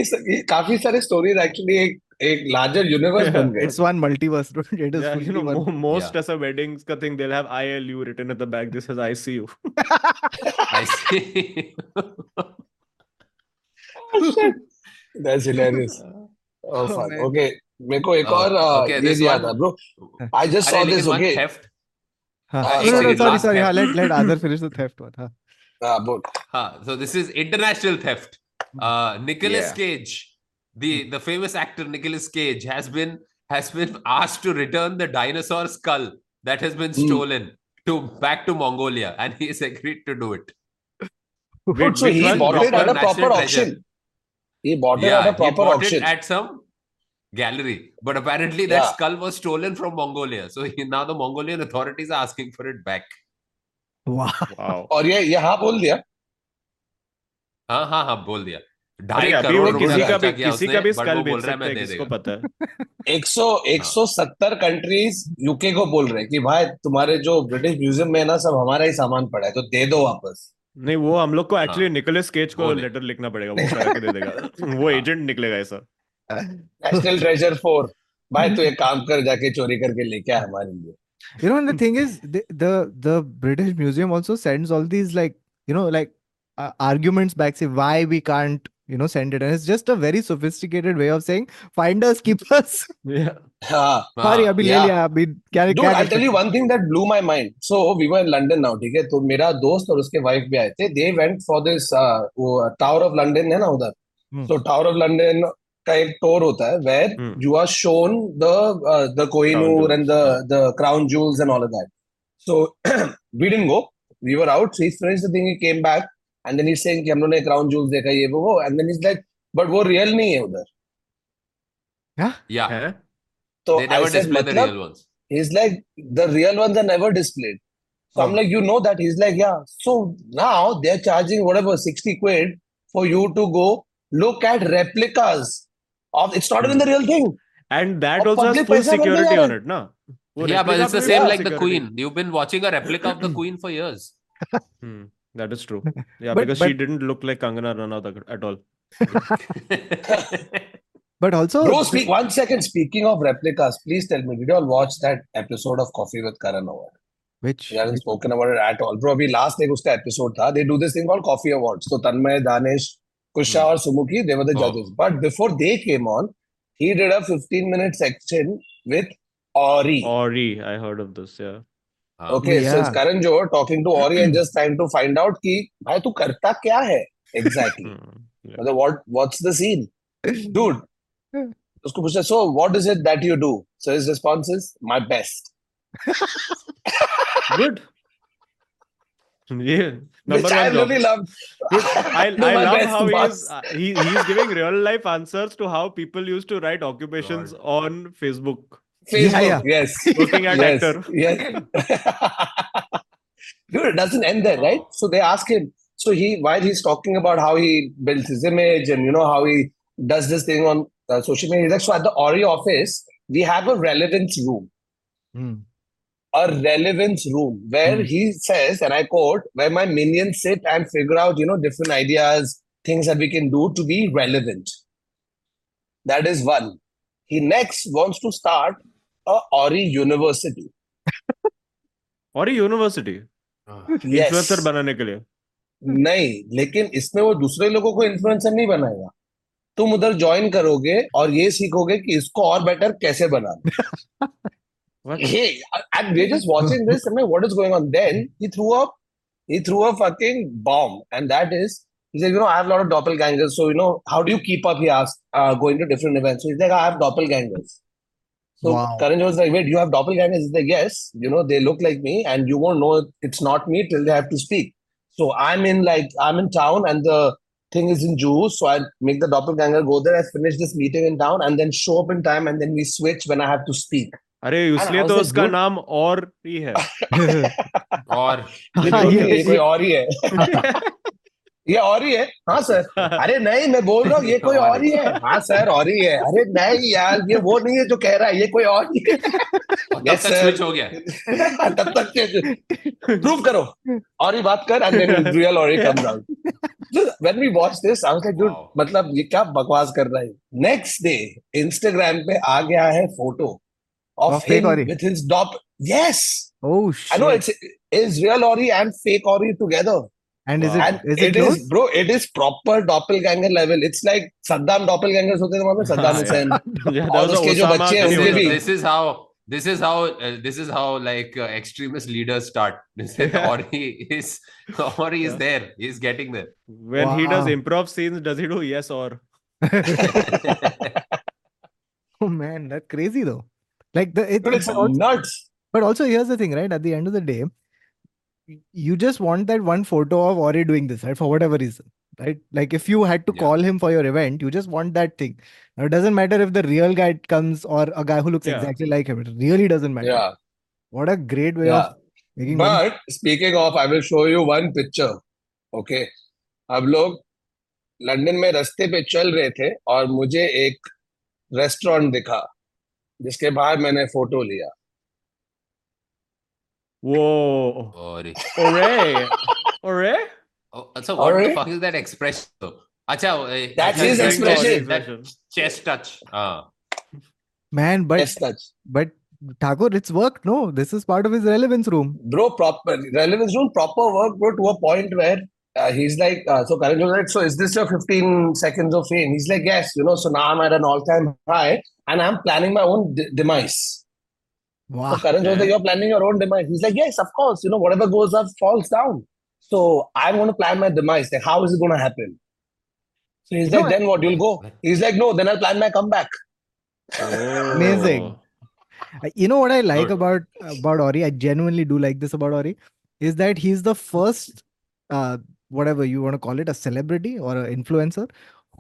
काफी सारे स्टोरीज एक्चुअली एक एक लार्जर यूनिवर्स बन गए it's one multiverse dude it is Yeah, you know, fully one mo- most as a weddings ka thing, they'll have ILU written at the back. This is ICU. I see. That's hilarious oh Oh, fuck man. Okay मेरे को एक Oh, और uh, okay, ये this दिया one- था bro I just अरे saw this लेकिन one okay theft हाँ Uh, no no no sorry, sorry last sorry हाँ theft. let let Adhar finish the theft one हाँ Uh, but हाँ, so this is international theft. Uh, Nicholas Yeah. Cage, the the famous actor Nicholas Cage, has been has been asked to return the dinosaur skull that has been Hmm. stolen to back to Mongolia, and he has agreed to do it. Wait, so which he one? bought it Proper at a national proper treasure. auction. He bought it yeah, at a he proper bought auction. it at some gallery, but apparently that Yeah. skull was stolen from Mongolia. So he, now the Mongolian authorities are asking for it back. wow Wow. और ये यहाँ बोल दिया हाँ हाँ हाँ बोल दिया ढाई अरे अभी करोड़ वो रुपए किसी का खर्चा भी किया किसी उसने, का भी but स्कल वो बोल बेच रहा है सकता मैं है दे किसको देगा पता है 100 170 कंट्रीज यूके को बोल रहे हैं कि भाई तुम्हारे जो ब्रिटिश म्यूजियम में है ना सब हमारा ही सामान पड़ा है तो दे दो वापस नहीं वो हम लोग को एक्चुअली निकोलस केज को हाँ। वो नहीं। लेटर लिखना पड़ेगा वो करा के दे देगा वो हाँ। एजेंट निकलेगा ऐसा Uh, नेशनल ट्रेजर फोर भाई तू एक काम कर जाके चोरी करके लेके आ हमारे लिए You know, and the thing is, the, the the British Museum also sends all these like you know like uh, arguments back, say why we can't you know send it, and it's just a very sophisticated way of saying find us, keep us. Yeah. हाँ Sorry, हाँ, अभी ले Ah, yeah. लिया अभी क्या Dude, क्या I'll कर tell you सकते one thing that blew my mind. So we were in London now, ठीक है? तो मेरा दोस्त और उसके वाइफ भी आए थे. They went for this uh, वो Tower of London है ना उधर. हम्म. So Tower of London का एक tour होता है where hmm. you are shown the uh, the Kohinoor jewels, and the the crown jewels and all of that. So we didn't go. We were out. So he finished the thing. He came back and then he's saying कि हम लोगों ने crown jewels देखा ये वो वो. And then he's like, but वो real नहीं है उधर. yeah. है? तो they I never said display the मतलब real ones. He's like, the real ones are never displayed. So I'm Oh. like, you know that. He's like, yeah. So now they're charging whatever 60 quid for you to go look at replicas of it's not even the real thing. And that और also has public full पैसा भर के security जा on रहा it, ना? वो yeah, but replica it's the पे same full like the security. Queen. You've been watching a replica of the Queen for years. Hmm, That is true. Yeah, But- because she but- didn't look like Kangana Ranaut at all. But also, Bro, speak one second. Speaking of replicas, please tell me, did you all watch that episode of Coffee with Karan Award? which We haven't spoken about it at all. Bro, अभी last एक उसका episode था. They do this thing called Coffee Awards. तो So Tanmay, Danesh, Kusha Hmm. और Sumukhi, they were the हाँ. Oh. judges. But before they came on, he did a 15 minute section with Ori. Ori, I heard of this. Yeah. हाँ, Okay, so it's Yeah. Karan Johar talking to Ori and just trying to find out कि भाई तू करता क्या है exactly. Hmm. मतलब what what's the scene, dude? उसको पूछा so what is it that you do? So his response is my best. Good. Yeah, number which I one job. really love. Dude, I, Do I my love best, how he boss. is, uh, he, he's giving real life answers to how people used to write occupations on Facebook. Facebook, Yeah, yeah. yes. Working at yes, actor. Yes. Dude, it doesn't end there, right? So they ask him. So he, while he's talking about how he builds his image and you know how he does this thing on uh, social media, he's like, so at the Ori office, we have a relevance room. Hmm. a relevance room where Hmm. he says, and I quote, where my minions sit and figure out, you know, different ideas, things that we can do to be relevant. That is one. He next wants to start a Ori University. और ये university Yes. Influencer बनाने के लिए नहीं लेकिन इसमें वो दूसरे लोगों को इन्फ्लुएंसर नहीं बनाएगा तुम उधर ज्वाइन करोगे और ये सीखोगे कि इसको और बेटर कैसे बनाना What? hey, and we're just watching this. I'm like, what is going on? Then he threw up, he threw a fucking bomb, and that is, he said, you know, I have a lot of doppelgangers. So you know, how do you keep up? He asked, uh, going to different events. So he's like, I have doppelgangers. So Wow. Karan was like, wait, you have doppelgangers? He's like, yes. You know, they look like me, and you won't know it's not me till they have to speak. So I'm in like I'm in town, and the thing is in Jews. So I make the doppelganger go there. I finish this meeting in town, and then show up in time, and then we switch when I have to speak. अरे इसलिए I was तो like, उसका dude- नाम और ही है और हाँ, ये ये- कोई और ही है ये और ही है हाँ सर अरे नहीं मैं बोल रहा हूँ ये कोई और ही है हाँ सर और ही है अरे नहीं यार ये वो नहीं है जो कह रहा है ये कोई और ही है तब Yes, तक sir. स्विच हो गया तब तक प्रूव करो और ही बात कर and then real और ही comes out. So when we watched this, I was like, dude, Wow. मतलब ये क्या बकवास कर रहा है? Next day, Instagram पे आ गया है photo of Of fake him Ori. with his dop. Yes, Oh I shit! know it's is real Ori and fake Ori together. and is Wow. it And is it it is, close? bro, it is proper doppelganger level. It's like Saddam doppelgangers होते थे मालूम है? हाँ, Saddam yeah. Hussein. Yeah, that और was a उसके जो तो Osama बच्चे हैं, bin this, उनके is, Laden. भी- this is how this is how uh, this is how like uh, extremist leaders start. They said, Yeah. or he is or he is Yeah. there. He's getting there. When he does Wow. improv scenes, does he do yes or? Oh man, that's crazy though. Like the it, Dude, it's but also- nuts. but also here's the thing, right? At the end of the day, y- you just want that one photo of Ori doing this, right? For whatever reason, right? Like if you had to Yeah. call him for your event, you just want that thing. Now, it doesn't matter if the real guy comes or a guy who looks Yeah. exactly like him. It really doesn't matter. Yeah, What a great way yeah. of making money. But speaking of, I will show you one picture. Okay. हम लोग London में रास्ते पे चल रहे थे और मुझे एक रेस्टोरेंट दिखा जिसके बाहर मैंने फोटो लिया Whoa! Or he- Hooray! Hooray! oh, so what Or the he- fuck is that expression? though? Acha, uh, That's acha, his that- expression. that chest touch. Uh, Man, but Yes, touch. but Thakur, it's work. No, this is part of his relevance room. bro proper relevance room proper work bro to a point where uh, he's like uh, so Karan was like so is this your 15 seconds of fame he's like yes you know so now I'm at an all time high and I'm planning my own de- demise so Wow. Karan was like you're planning your own demise he's like yes of course you know whatever goes up falls down so I'm going to plan my demise like how is it going to happen so he's You like know, then what you'll go he's like no then I'll plan my comeback Oh. Amazing. I- Uh, You know what I like Good. about about Ori? I genuinely do like this about Ori, is that he's the first, uh, whatever you want to call it, a celebrity or an influencer,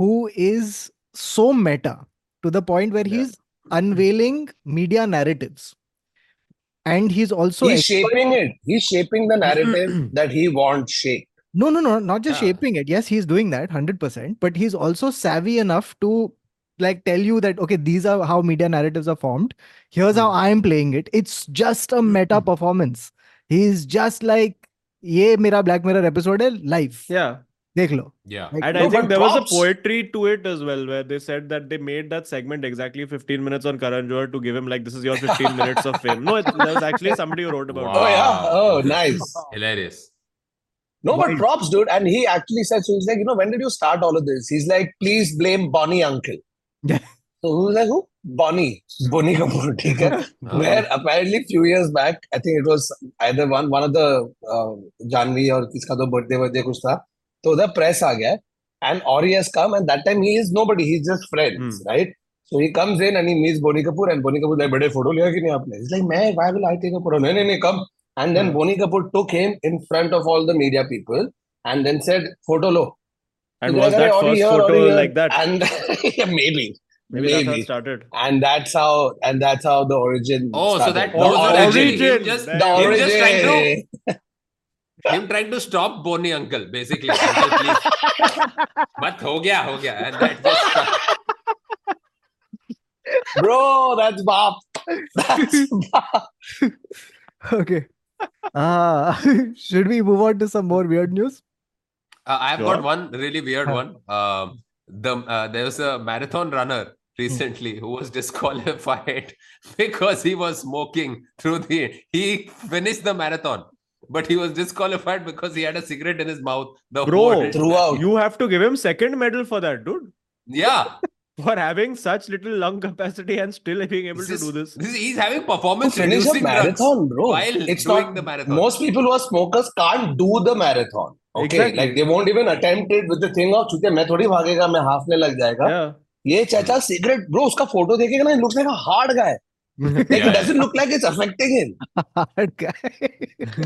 who is so meta to the point where Yeah. he's unveiling media narratives, and he's also he's expert- shaping it he's shaping the narrative that he wants shaped No, no, no, not just Ah. Yeah. shaping it. Yes, he's doing that 100%, but he's also savvy enough to like tell you that, okay, these are how media narratives are formed. Here's Hmm. how I'm playing it. It's just a meta performance. He's just like, yeah, mera Black Mirror episode hai, live. Yeah. Dekh lo. yeah. Like, And No, I think but there was props. a poetry to it as well, where they said that they made that segment exactly 15 minutes on Karan Johar to give him like this is your 15 minutes of fame. No, it, there was actually somebody who wrote about Oh yeah. Wow. Oh, nice. Hilarious. No, but Wild. props, dude. And he actually said, so he's like, you know, when did you start all of this? He's like, please blame Bonnie uncle. Yeah. So who's like, who? Bonnie. Bonnie Kapoor. ठीक है? Uh, Where apparently few years back, I think it was either one one of the uh, Janvi or किसका तो birthday birthday कुछ था. तो उधर press आ गया है. and Ori has come and that time he is nobody. He's just friends, right? So he comes in and he meets Bonnie Kapoor and Bonnie Kapoor like बड़े photo लिया कि नहीं आपने? He's like, मैं why will I take a photo? नहीं नहीं नहीं come. And then Hmm. Boni Kapoor took him in front of all the media people and then said, photo lo. And He's was like, "Arey, that first already here, already photo here." like that? And yeah, maybe. Maybe, that's how it started. And that's how and that's how the origin Oh, so started. that The was origin. the origin. Him origin. just, The him just trying to origin. him trying to stop Bonnie uncle basically. Uncle, please. But ho gaya, ho gaya. And that was uh, stuck. Bro, that's Bap. That's Bap. Okay. Ah, should we move on to some more weird news? Uh, I've got Sure. one really weird Huh. one. Um, the uh, there was a marathon runner recently who was disqualified because he was smoking through the. He finished the marathon, but he was disqualified because he had a cigarette in his mouth. The Bro. whole day. Throughout. You have to give him second medal for that, dude. yeah, For having such little lung capacity and still being able This to do this. this, he's having To performance finish a reducing drugs marathon, bro. while It's doing not the marathon. most people who are smokers can't do the marathon. Okay. Exactly. Like they won't even attempt it with the thing of चूते मैं थोड़ी भागेगा मैं half में लग जाएगा Yeah. ये चाचा cigarette bro उसका फोटो देखेगा ना looks like a hard guy like it Yeah. Doesn't look like it's affecting him Hard guy.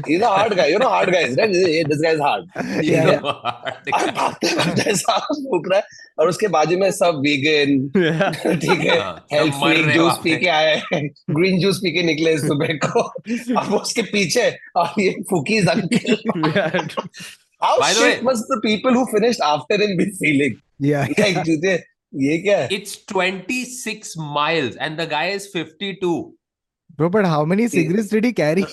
Is a hard guy you know hard guys right this guys hard You Yeah, know, yeah. और भागते भागते सांस फूक रहा है और उसके बाजू में सब वीगन Yeah. ठीक है हाँ, सब हेल्थ मर फ्रीक जूस रहे वहाँ पी पे। के आए हैं ग्रीन जूस पी के निकले हैं सुबह को अब उसके पीछे और ये फूकीज uncle yeah. How By the shit way- must the people who finished after in be feeling yeah. Like जूते ये क्या है It's 26 miles and the guy is 52. Bro, but how many cigarettes did he carry?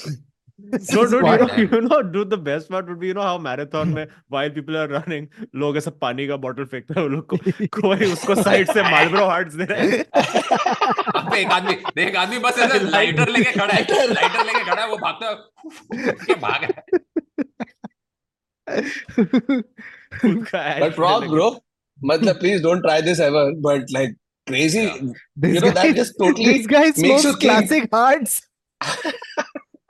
No, dude, you Smart know, man. you know, dude, the best part would be, you know, how marathon में while people are running, लोग ऐसा पानी का bottle फेंकते हैं, वो लोग को कोई उसको side से Marlboro hearts दे रहा है. अब एक आदमी देख, एक आदमी बस ऐसे लाइटर लेके खड़ा है लाइटर लेके खड़ा है वो भागता है के भाग रहा है। उनका बट प्रॉप ब्रो मतलब please don't try this ever but like crazy Yeah. this, you know guy, that just totally this guy you smokes think. classic hearts.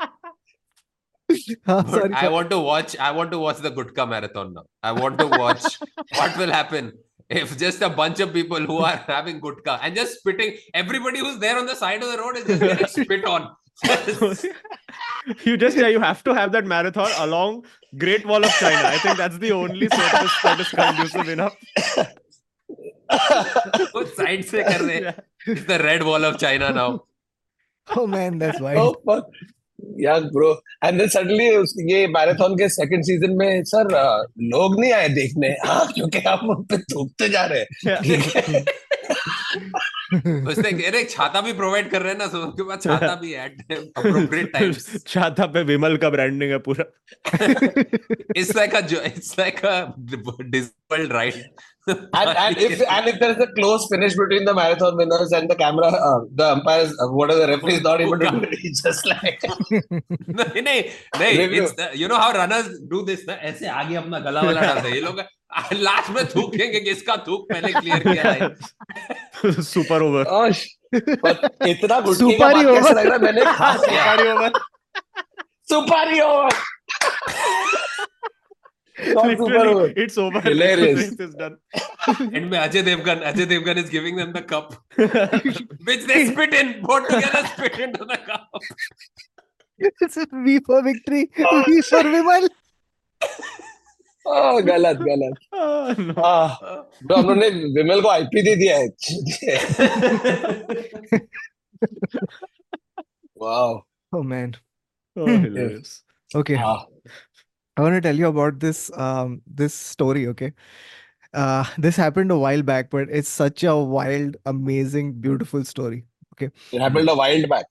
Ah, But sorry, I want to watch I want to watch the Gutka marathon now. I want to watch what will happen if just a bunch of people who are having Gutka and just spitting everybody who's there on the side of the road is just getting spit on. you just yeah, you have to have that marathon along Great Wall of China. I think that's the only surface that is conducive enough. वो side से कर रहे हैं। Yeah. It's the red wall of China now. oh man, that's wild. Oh, fuck. Yeah, bro. And then suddenly उस- ये marathon के second season में sir अ, लोग नहीं आए देखने हाँ क्योंकि आप उन पे थूकते जा रहे हैं Yeah. ठीक है उसने अरे छाता भी प्रोवाइड कर रहे हैं ना सो उनके पास छाता भी है appropriate times छाता पे विमल का ब्रांडिंग है पूरा it's like a jo- it's like a disabled ride and and if and if there's a close finish between the marathon winners and the camera uh, the umpires uh, what are the referees not able to do it he's just like नहीं नहीं नहीं Review. it's you know how runners do this ना ऐसे आगे अपना गला वाला डालते हैं ये लोग लास्ट में थूकेंगे कि इसका थूक पहले क्लियर किया है सुपर ओवर oh sh- पर इतना गुटके का सुपारी बात कैसा over. लग रहा है मैंने खा लिया सुपारी over not super over it's over Hilarious. Is done end में Ajay Devgan Ajay Devgan is giving them the cup which they spit in both together spit into the cup This is V for victory, V for Vimal. oh गलत गलत ah तो हम लोग ने विमल को IP दे दिया है wow Oh man. Hilarious Okay. Ah. I want to tell you about this um this story, okay? Uh this happened a while back, but it's such a wild, amazing, beautiful story. it happened a while back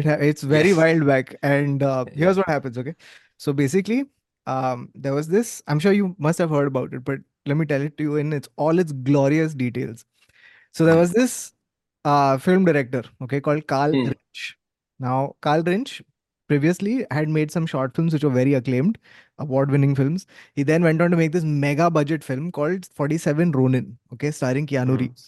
It ha- it's very wild back. And uh, Yeah. here's what happens, okay? So basically, um there was this, I'm sure you must have heard about it, but let me tell it to you in its all its glorious details. So there was this uh film director, okay, called Carl Hmm. Rinch. Now, Carl Rinch previously had made some short films which were very acclaimed, award-winning films. He then went on to make this mega budget film called 47 Ronin, okay, starring Keanu Hmm. Reeves.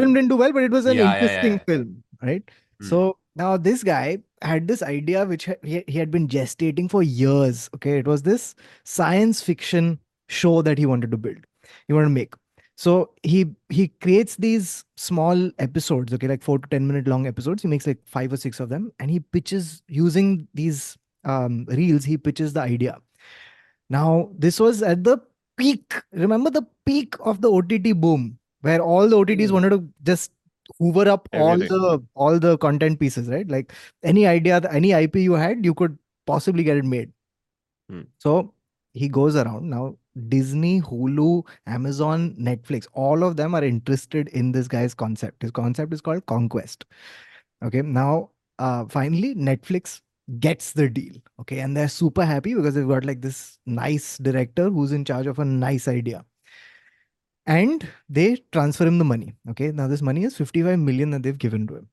Film didn't do well, but it was an Yeah, yeah, yeah, interesting yeah. film, right? Hmm. So now this guy had this idea which ha- he, he had been gestating for years. Okay, it was this science fiction show that he wanted to build, he wanted to make. So he he creates these small episodes, okay, like four to ten minute long episodes. He makes like five or six of them, and he pitches using these um, reels, he pitches the idea. Now, this was at the peak. Remember the peak of the OTT boom, where all the OTTs wanted to just hoover up Mm-hmm. Everything. all the all the content pieces, right? Like any idea, any IP you had, you could possibly get it made. Hmm. So he goes around now. Disney, Hulu, Amazon, Netflix, all of them are interested in this guy's concept. His concept is called Conquest. Okay, now uh, finally Netflix gets the deal. Okay, and they're super happy because they've got like this nice director who's in charge of a nice idea. And they transfer him the money. Okay, now this money is 55 million that they've given to him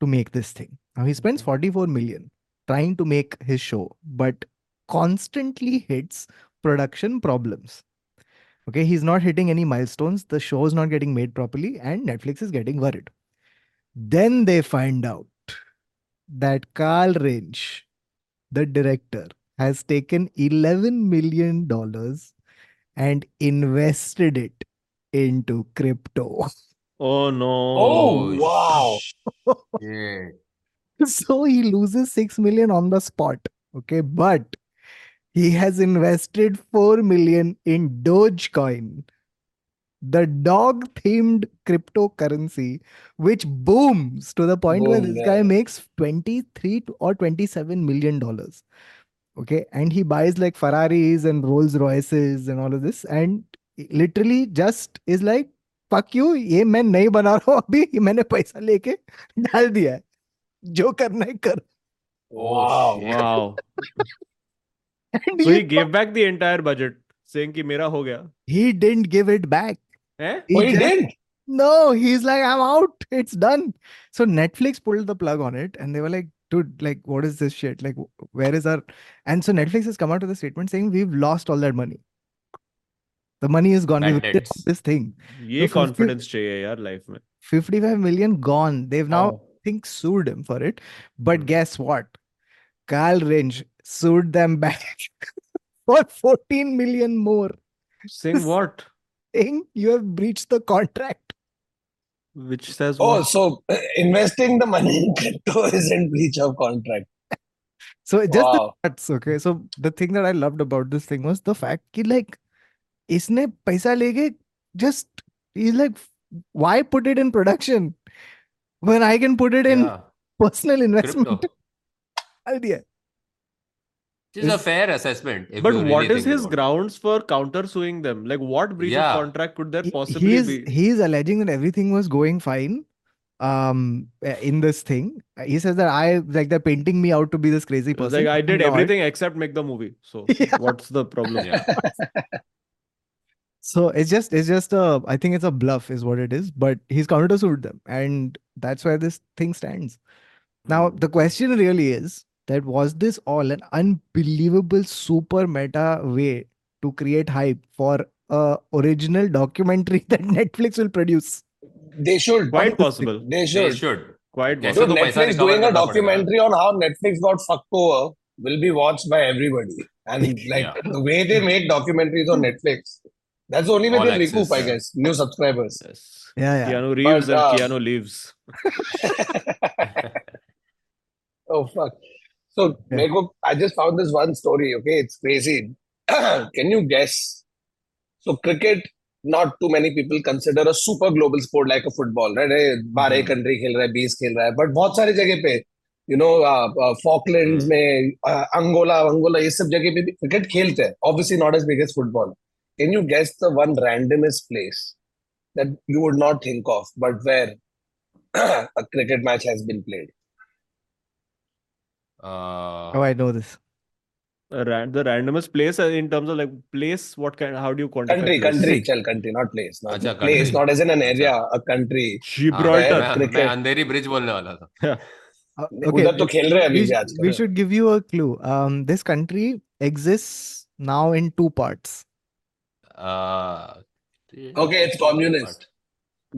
to make this thing. Now he spends 44 million trying to make his show, but constantly hits production problems. Okay, he's not hitting any milestones, the show is not getting made properly, and Netflix is getting worried. Then they find out that Carl Range, the director, has taken $11 million and invested it into crypto. Oh no. Oh, wow. Oh, shit. so he loses 6 million on the spot okay but he has invested 4 million in dogecoin the dog themed cryptocurrency which booms to the point where Boom, this guy yeah. makes 23 to- or 27 million dollars okay and he buys like ferraris and rolls royces and all of this and literally just is like fuck you ये मैं नहीं बना रहा हूँ अभी ये मैंने पैसा लेके डाल दिया है जो करना है कर Wow. shit. Wow. and So he, he gave back the entire budget, saying ki mera ho gaya. he didn't give it back Eh? Oh, he just- didn't. no he's like i'm out it's done so netflix pulled the plug on it and they were like dude like what is this shit like wh- where is our and so netflix has come out with a statement saying we've lost all that money the money is gone we've ripped Bandits. this thing ये So 50 confidence चाहिए यार life में. 55 million gone they've now Oh. think sued him for it. But Hmm. guess what? Carl Range sued them back for 14 million more, Saying what? saying you have breached the contract. Which says Oh, what? so uh, investing the money in crypto isn't breach of contract. So it just the Wow. nuts, okay. So the thing that I loved about this thing was the fact that like isne paisa leke just he's like why put it in production when I can put it in Yeah. personal investment? Crypto. डाल दिया है." This is a fair assessment. if But you really what is think his about it. grounds for counter suing them? Like what breach Yeah. of contract could there He- possibly he is be? he is alleging that everything was going fine um uh, in this thing Uh, he says that i like they're painting me out to be this crazy It was person like I I'm did not. everything except make the movie. So Yeah. what's the problem? Yeah. so it's just it's just a i think it's a bluff is what it is but he's counter sued them and that's where this thing stands now the question really is that was this all an unbelievable super meta way to create hype for a original documentary that netflix will produce They should. Quite possible. They They should. should. Quite Yeah, Dude, possible. तो पैसा Netflix recover doing a करना पड़ेगा। documentary on how Netflix got fucked over will be watched by everybody. And like Yeah. the way they make documentaries on Netflix, that's the only way All they recoup, I access. guess, new subscribers. Yes. yeah yeah Keanu Reeves and uh, Keanu leaves. Oh fuck. So Yeah. Megho, I just found this one story, okay? It's crazy. Can you guess? So cricket, not too many people consider a super global sport like a football, right? Hey, 12 Mhm. Country खेल रहा है 20 खेल रहा है but बहुत सारी जगह पे you know Falklands uh, Hmm. में अंगोला अंगोला ये सब जगह पे भी क्रिकेट खेलते हैं obviously not as big as football can you guess the one randomest place that you would not think of but where a cricket match has been played Uh, oh i know this A ran- the randomest place uh, in terms of like place, what kind how do you quantify Country, place? country, चल country, not place. Not अच्छा, place, country. not as in an अच्छा. area, a country. हाँ, Gibraltar. मैं- मैं cricket. अंधेरी bridge बोलने वाला था Uh, नहीं, okay, उधर तो we- खेल रहे हैं अभी we, भी sh- आजकल। we should give you a clue. Um, this country exists now in two parts. Uh, Okay, it's communist.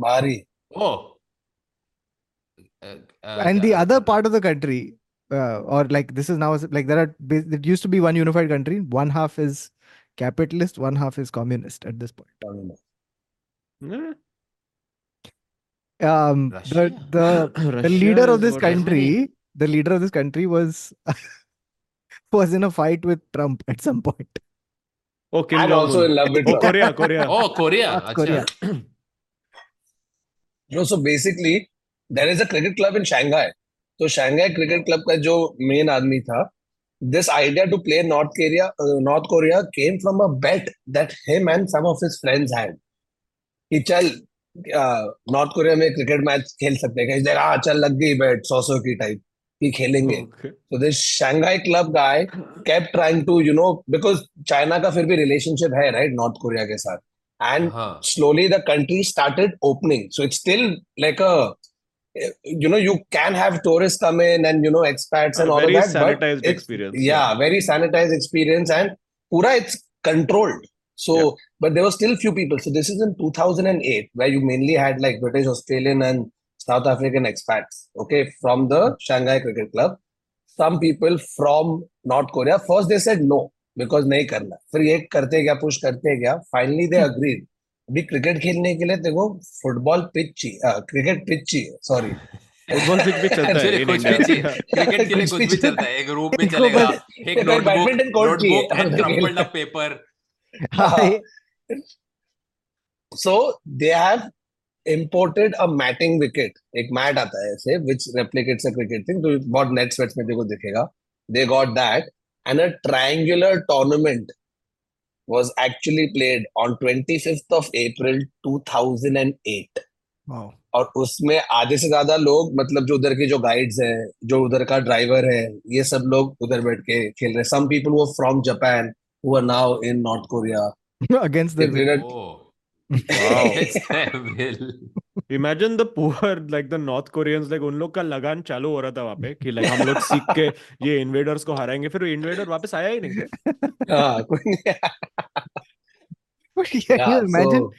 बाहरी. Oh. Uh, uh, and the uh, other part of the country, uh, or like this is now is- like there are ba- it used to be one unified country. One half is capitalist, one half is communist at this point. Yeah. Um, the Russia? the the Russia leader of is this what I- Germany. country, the leader of this country was was in a fight with Trump at some point. Oh, Kim I'm also Jong-un. in love with Oh, Korea, Korea. Oh, Korea. North Korea. अच्छा. you know, so basically there is a cricket club in Shanghai. तो Shanghai cricket club का जो main आदमी था this idea to play North Korea North Korea came from a bet that him and some of his friends had कि चल North Korea में cricket match खेल सकते हैं कहीं हाँ चल लग गई बेट सौ सौ की टाइप कि खेलेंगे Okay. So this Shanghai club guy kept trying to, you know, because China का फिर भी relationship है, right, North Korea के साथ. And हाँ. slowly the country started opening. So it's still like a, you know, you can have tourists come in and you know expats and A all very of that, but sanitized it's- experience. yeah, very sanitized experience and pura it's controlled. So, but there were still few people. So this is in 2008 where you mainly had like British, Australian and South African expats, okay, from the Shanghai Cricket Club. Some people from North Korea, first they said no because नहीं करना फिर ये करते गया push करते गया finally they agreed अभी cricket खेलने के लिए देखो फुटबॉल पिच चाहिए क्रिकेट पिच चाहिए सॉरी Football pitch भी चलता Actually, है in कुछ India. भी चाहिए. क्रिकेट के लिए कुछ कुछ भी भी चलता चलता है एक रूम में इनको चलेगा बस- एक कोई नोटबुक बैडमिंटन कोर्ट की नोटबुक एंड है क्रम्पल्ड अप पेपर हाँ, So they have imported a matting wicket. एक मैट आता है ऐसे which replicates a cricket thing. तो बहुत नेट्स वेट्स में देखो दिखेगा. They got that and a triangular tournament was actually played on 25th of April 2008. wow. और उसमें आधे से ज्यादा लोग मतलब जो उधर के जो गाइड्स हैं जो उधर का ड्राइवर है ये सब लोग उधर बैठ के खेल रहे हैं सम पीपल वो from Japan who are now in North Korea Against their will. Oh, oh Wow. Will Imagine the poor, like the North Koreans, like उन लोग का लगान चालू हो रहा था वहाँ पे कि like हम लोग सीख के ये invaders को हराएंगे फिर इन्वेडर वापस आया ही नहीं हाँ कोई नहीं But yeah, Yeah, you imagine so-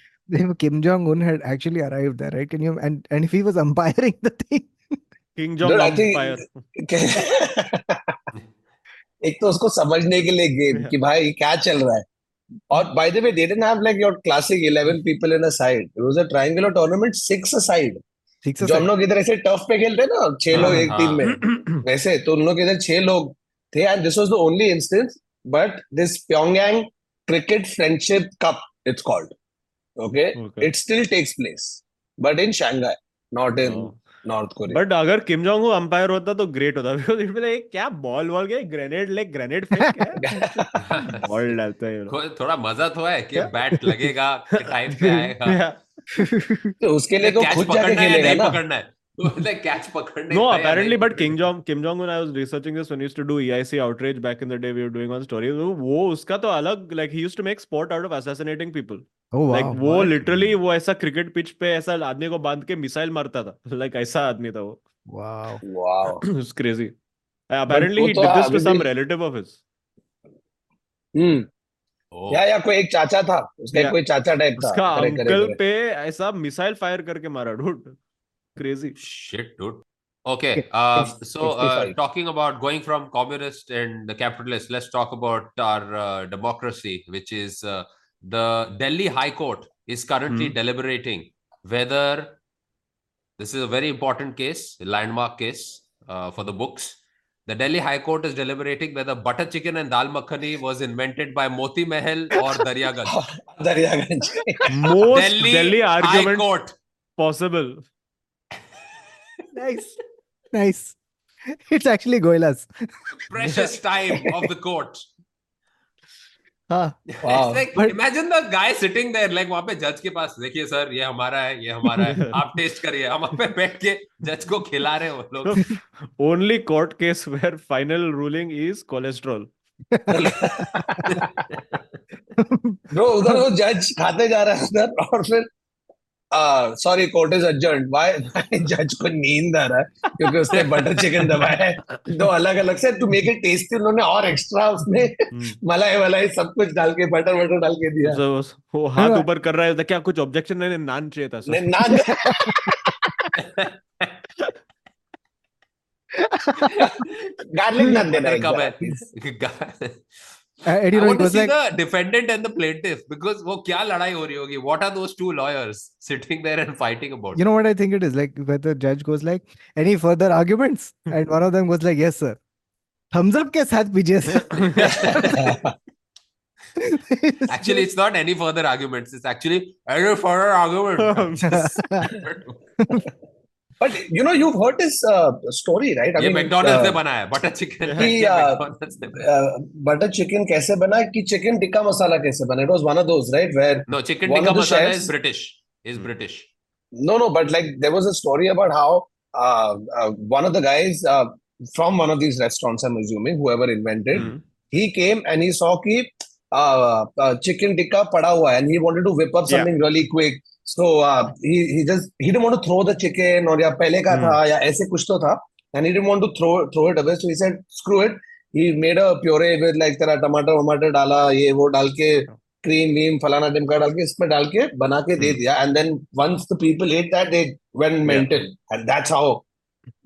if Kim Jong Un had actually arrived there, right? Can you and and if he was umpiring the thing? King Dude, जॉन्ग I think- अंपायर कि- एक तो उसको समझने के लिए गेम Yeah. कि भाई क्या चल रहा है और by the way they didn't have like your classic 11 people in a side it was a triangular tournament six a side Six जो हम लोग इधर ऐसे टफ पे खेलते हैं ना छह लोग हाँ, एक टीम में वैसे तो उन लोग के इधर छह लोग थे and this was the only instance but this Pyongyang cricket friendship cup it's called okay Okay. It still takes place but in Shanghai not in Oh. North Korea but अगर किम जॉन्ग हो umpire होता तो great होता because it like क्या ball ball के grenade like grenade फेंक ball डालता है ये लोग। थोड़ा मजा तो है कि Yeah. बैट लगेगा टाइम पे आएगा Yeah. तो उसके लिए नहीं, तो कैच खुद जाके पकड़ना है या खेलेगा नहीं ना पकड़ना है मतलब कैच पकड़ने No, का या apparently, नहीं Oh, but Kim पकड़ने Jong Kim Jong Un, I was researching this when he used to do EIC outrage back in the day. We were doing on stories. तो वो उसका तो अलग like he used to make sport out of assassinating people. Oh Like wow. वो what? literally वो ऐसा cricket pitch पे ऐसा आदमी को बांध के मिसाइल मारता था. Like ऐसा आदमी था वो. Wow. Wow It's crazy. Uh, Apparently, वो he तो did this to अभी some भी- relative of his. Hmm oh, या या कोई एक चाचा था उसका एक Yeah. कोई चाचा टाइप था उसका करे करे अंकल करे पे ऐसा मिसाइल फायर करके मारा dude. Crazy. Shit, dude. Okay, Okay, uh, fif- so uh, 55. talking about going from communist and the capitalist, let's talk about our uh, democracy, which is uh, the Delhi High Court is currently deliberating whether this is a very important case, a landmark case uh, for the books. The Delhi High Court is deliberating whether butter chicken and dal makhani was invented by Moti Mahal or Daryaganj. Daryaganj Most Delhi Delhi, High argument Court. possible. Nice. Nice. It's actually Goilas. precious time of the court. Huh. Wow. It's like But- imagine the guy sitting there like वहां पे जज के पास देखिए sir ये हमारा है ये हमारा है आप टेस्ट करिए हम वहाँ पे बैठ के जज को खिला रहे हैं वो लोग Only court case where final ruling is cholesterol. Bro उधर वो जज खाते जा रहा है उधर और फिर sorry court is urgent why जज को नींद आ रहा है क्योंकि उसने बटर चिकन दबाया है दो अलग अलग से टू मेक इट टेस्टी उन्होंने और एक्स्ट्रा उसने Hmm. मलाई वलाई सब कुछ डाल के बटर वटर डाल के दिया So, उस- वो हाथ हाँ। ऊपर कर रहा है तो क्या कुछ ऑब्जेक्शन नहीं नहीं, नान चाहिए था ने- सर नान गार्लिक नान देना Butter एक कब बार है? please. Uh, and, I you know, want it to was see like the defendant and the plaintiff because वो क्या लड़ाई हो रही होगी? What are those two lawyers sitting there and fighting about? you know what I think it Hmm. is like where the judge goes like, any further arguments? And one of them goes like, yes, sir. thumbs up के साथ पीजिए sir. actually, it's not any further arguments. It's actually any further Hmm. argument. but you know, you've heard this uh, story, right? I ये mean, McDonald's ने uh, बनाया है, butter chicken Yeah. है, The, ये uh, McDonald's ने बनाया है. uh, butter chicken कैसे बना कि chicken tikka masala कैसे बना? It was one of those, right? Where No, chicken one of tikka the masala is chefs- Hmm. British. Is British. No, no, but like there was a story about how uh, uh, one of the guys uh, from one of these restaurants, I'm assuming, whoever invented, Hmm. he came and he saw ki uh, uh, chicken tikka pada hua hai, and he wanted to whip up Yeah. something really quick. So uh, he he just he didn't want to throw the chicken or या पहले का Hmm. था या ऐसे कुछ तो था and he didn't want to throw throw it away. So he said, screw it. He made a puree with like तेरा टमाटर वमाटर डाला ये वो डाल के cream वीम फलाना ढिमका डाल के इसमें डाल के बना के दे Hmm. दिया and then once the people ate that they went mental and that's how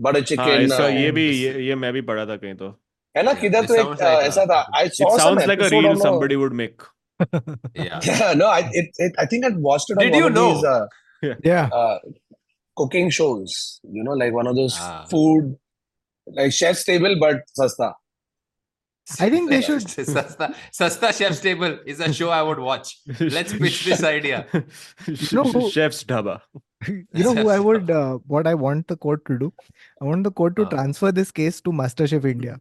butter हाँ chicken इसका uh, ये भी ये, ये मैं भी पढ़ा था कहीं तो है ना Yeah, किधर it तो एक sounds like uh, a- ऐसा था I saw it some sounds like a episode reel on a- somebody would make Yeah. Yeah, no, I it, it I think I'd watched it on Did one you of know? these uh, yeah. uh, cooking shows. You know, like one of those Ah. food like chef's table but sasta. I think they should. Sasta, Sasta Chef's Table is a show I would watch. Let's pitch this idea. No, no, who- chef's dhaba You know who I would. Uh, what I want the court to do, I want the court to Uh. transfer this case to MasterChef India,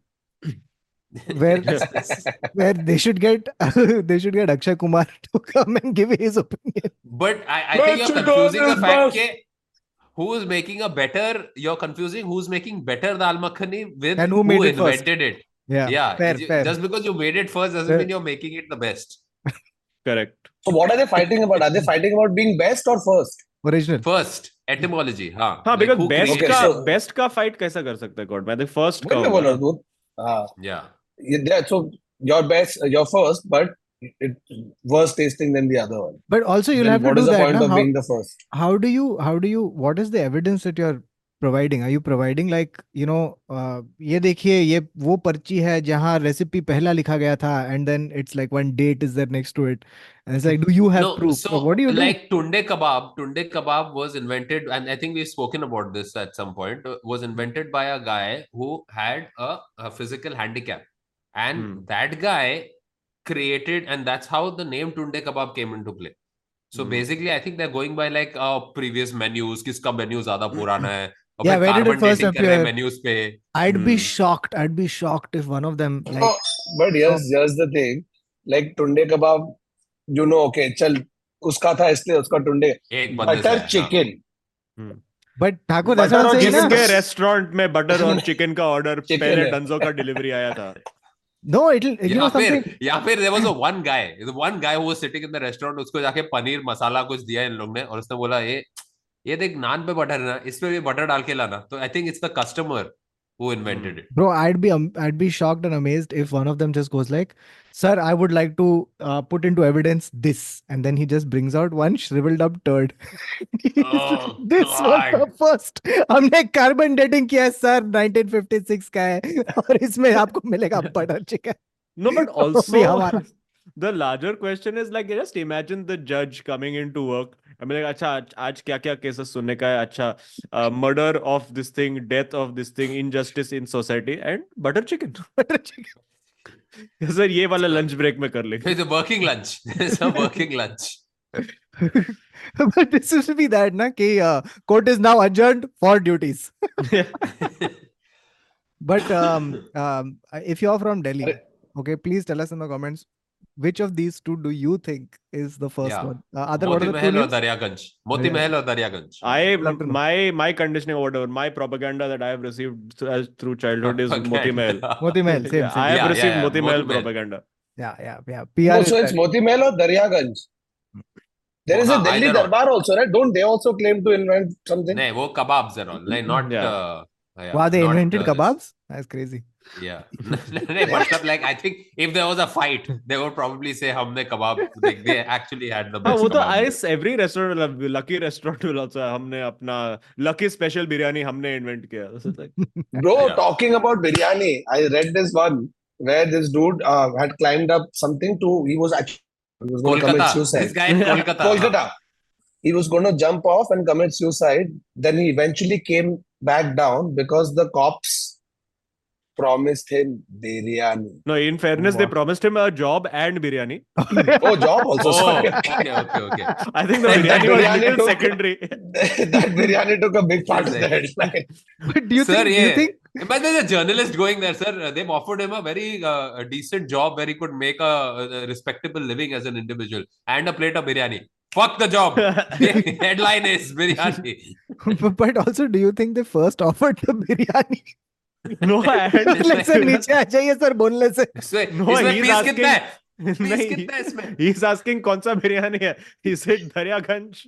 Where- Yes. where they should get they should get Akshay Kumar to come and give his opinion. But I, I think Let's you're go confusing the this fact bus. that who's making a better, you're confusing who's making better dal makhani with And who made it first. invented it. Yeah. Yeah. fair, you- fair. Just because you made it first doesn't Fair. mean you're making it the best. correct So what are they fighting about? Are they fighting about being best or first? Original. First, etymology. Huh? हाँ Like, because who created best created का it? it? so- best का fight कैसा कर सकता है God मैं तो first का Oh, वही मैं बोल होगा रहा हूँ. Uh, Yeah. yeah, that- so your best, your first, but it worse tasting than the other one. But also you'll Then have to what do is the that. point na? of How, being the first? how do you how do you what is the evidence that you're providing? Are you providing like you know uh, ये देखिए ये वो पर्ची है जहाँ recipe पहला लिखा गया था and then it's like one date is there next to it and it's like do you have No, proof? so Like, what do you do? like tunde kebab, tunde kebab was invented, and I think we've spoken about this at some point. uh, Was invented by a guy who had a, a physical handicap, and Hmm. that guy created, and that's how the name tunde kebab came into play. So Hmm. basically, I think they're going by like uh, previous menus. Kiska menu ज़्यादा पुराना है? और Yeah, फिर where did it carbon first dating कर रहे हैं appear? menus पे. I'd be Hmm. shocked. I'd be shocked if one of them like No, Oh, but here's here's the thing, like tunde kebab, you know, okay, चल उसका था इसलिए उसका tunde. एक बंदे से Hmm. Butter है, हाँ. chicken. but Thakur, that's what Butter I'm or saying. chicken na. जिसके रेस्टोरेंट में बटर और चिकन का ऑर्डर Chicken पहले है। डंजो का डिलीवरी आया था No, it'll you know या फिर something. या फिर there was a one guy the one guy who was sitting in the restaurant उसको जाके पनीर मसाला कुछ दिया इन लोग ने और उसने बोला ये ये देख नान पे बटर है ना इसमें भी बटर डाल के लाना तो I think it's the customer who invented it Bro, I'd be um, I'd be shocked and amazed if one of them just goes like, "Sir, I would like to uh, put into evidence this," and then he just brings out one shriveled up turd. He's like, Oh, this was the God. first. हमने carbon dating किया है sir 1956 का है और इसमें आपको मिलेगा butter chicken. No, but Oh, also yeah, हमारा- the larger question is like just imagine the judge coming into work. I mean, like, अच्छा आज- आज क्या क्या cases सुनने का है? अच्छा, uh, murder of this thing, death of this thing, injustice in society, and butter chicken. Butter chicken. Sir ये वाला लंच ब्रेक में कर Hmm. लेंगे it's a working lunch it's a working lunch But this should be that ना कि uh, court is now adjourned for duties. But um, um, uh, if you're from Delhi, Arre- okay, please tell us in the comments which of these two do you think is the first Yeah. one? Uh, other what मोती are the two महल और names? Daryaganj मोती Darya- महल और Daryaganj I Love to know. my my conditioning or whatever my propaganda that I have received through, as, through childhood is Moti Mahal. Moti Mahal, same, Yeah, I have same. Yeah, yeah, received yeah, Moti Moti Mahal Mahal. propaganda. Yeah, yeah, yeah. No, PR so is it's that. Moti Mahal or Daryaganj. There is a Well, huh, Delhi either or. Darbar also, right? Don't they also claim to invent something? नहीं वो kebabs and all like not Yeah. uh, yeah, wow, they not, invented uh, this. kebabs. That's crazy. Yeah. नहीं, मतलब like I think if there was a fight, they would probably say हमने kebab like they actually had the हाँ best वो तो kebab आई there. Every restaurant lucky restaurant will also हमने अपना lucky special biryani हमने इन्वेंट किया This is like- Bro, Yeah. talking about biryani, I read this one where this dude uh, had climbed up something to, he was actually, he was going to commit Kolkata. This suicide. guy in Kolkata. हाँ. Kolkata. He was going to jump off and commit suicide. Then he eventually came back down because the cops promised him biryani. No, in fairness, they Wow. promised him a job and biryani. Oh, job also. Oh, Sorry. okay, okay, okay. I think the And that biryani was biryani little took- secondary. that biryani took a big part of the headline. But do you Sir, think? Do you yeah. think? Imagine the journalist going there, sir. Uh, They've offered him a very uh, a decent job where he could make a, a respectable living as an individual and a plate of biryani. Fuck the job. Headline is biryani. But also, do you think they first offered the biryani? no, and Like, sir, नीचे आ जाइए sir boneless है So, No, इसमें he's piece asking- कितना है? Piece नहीं, कितना है इसमें? he's asking कौन सा बिरयानी है? He said दरियागंज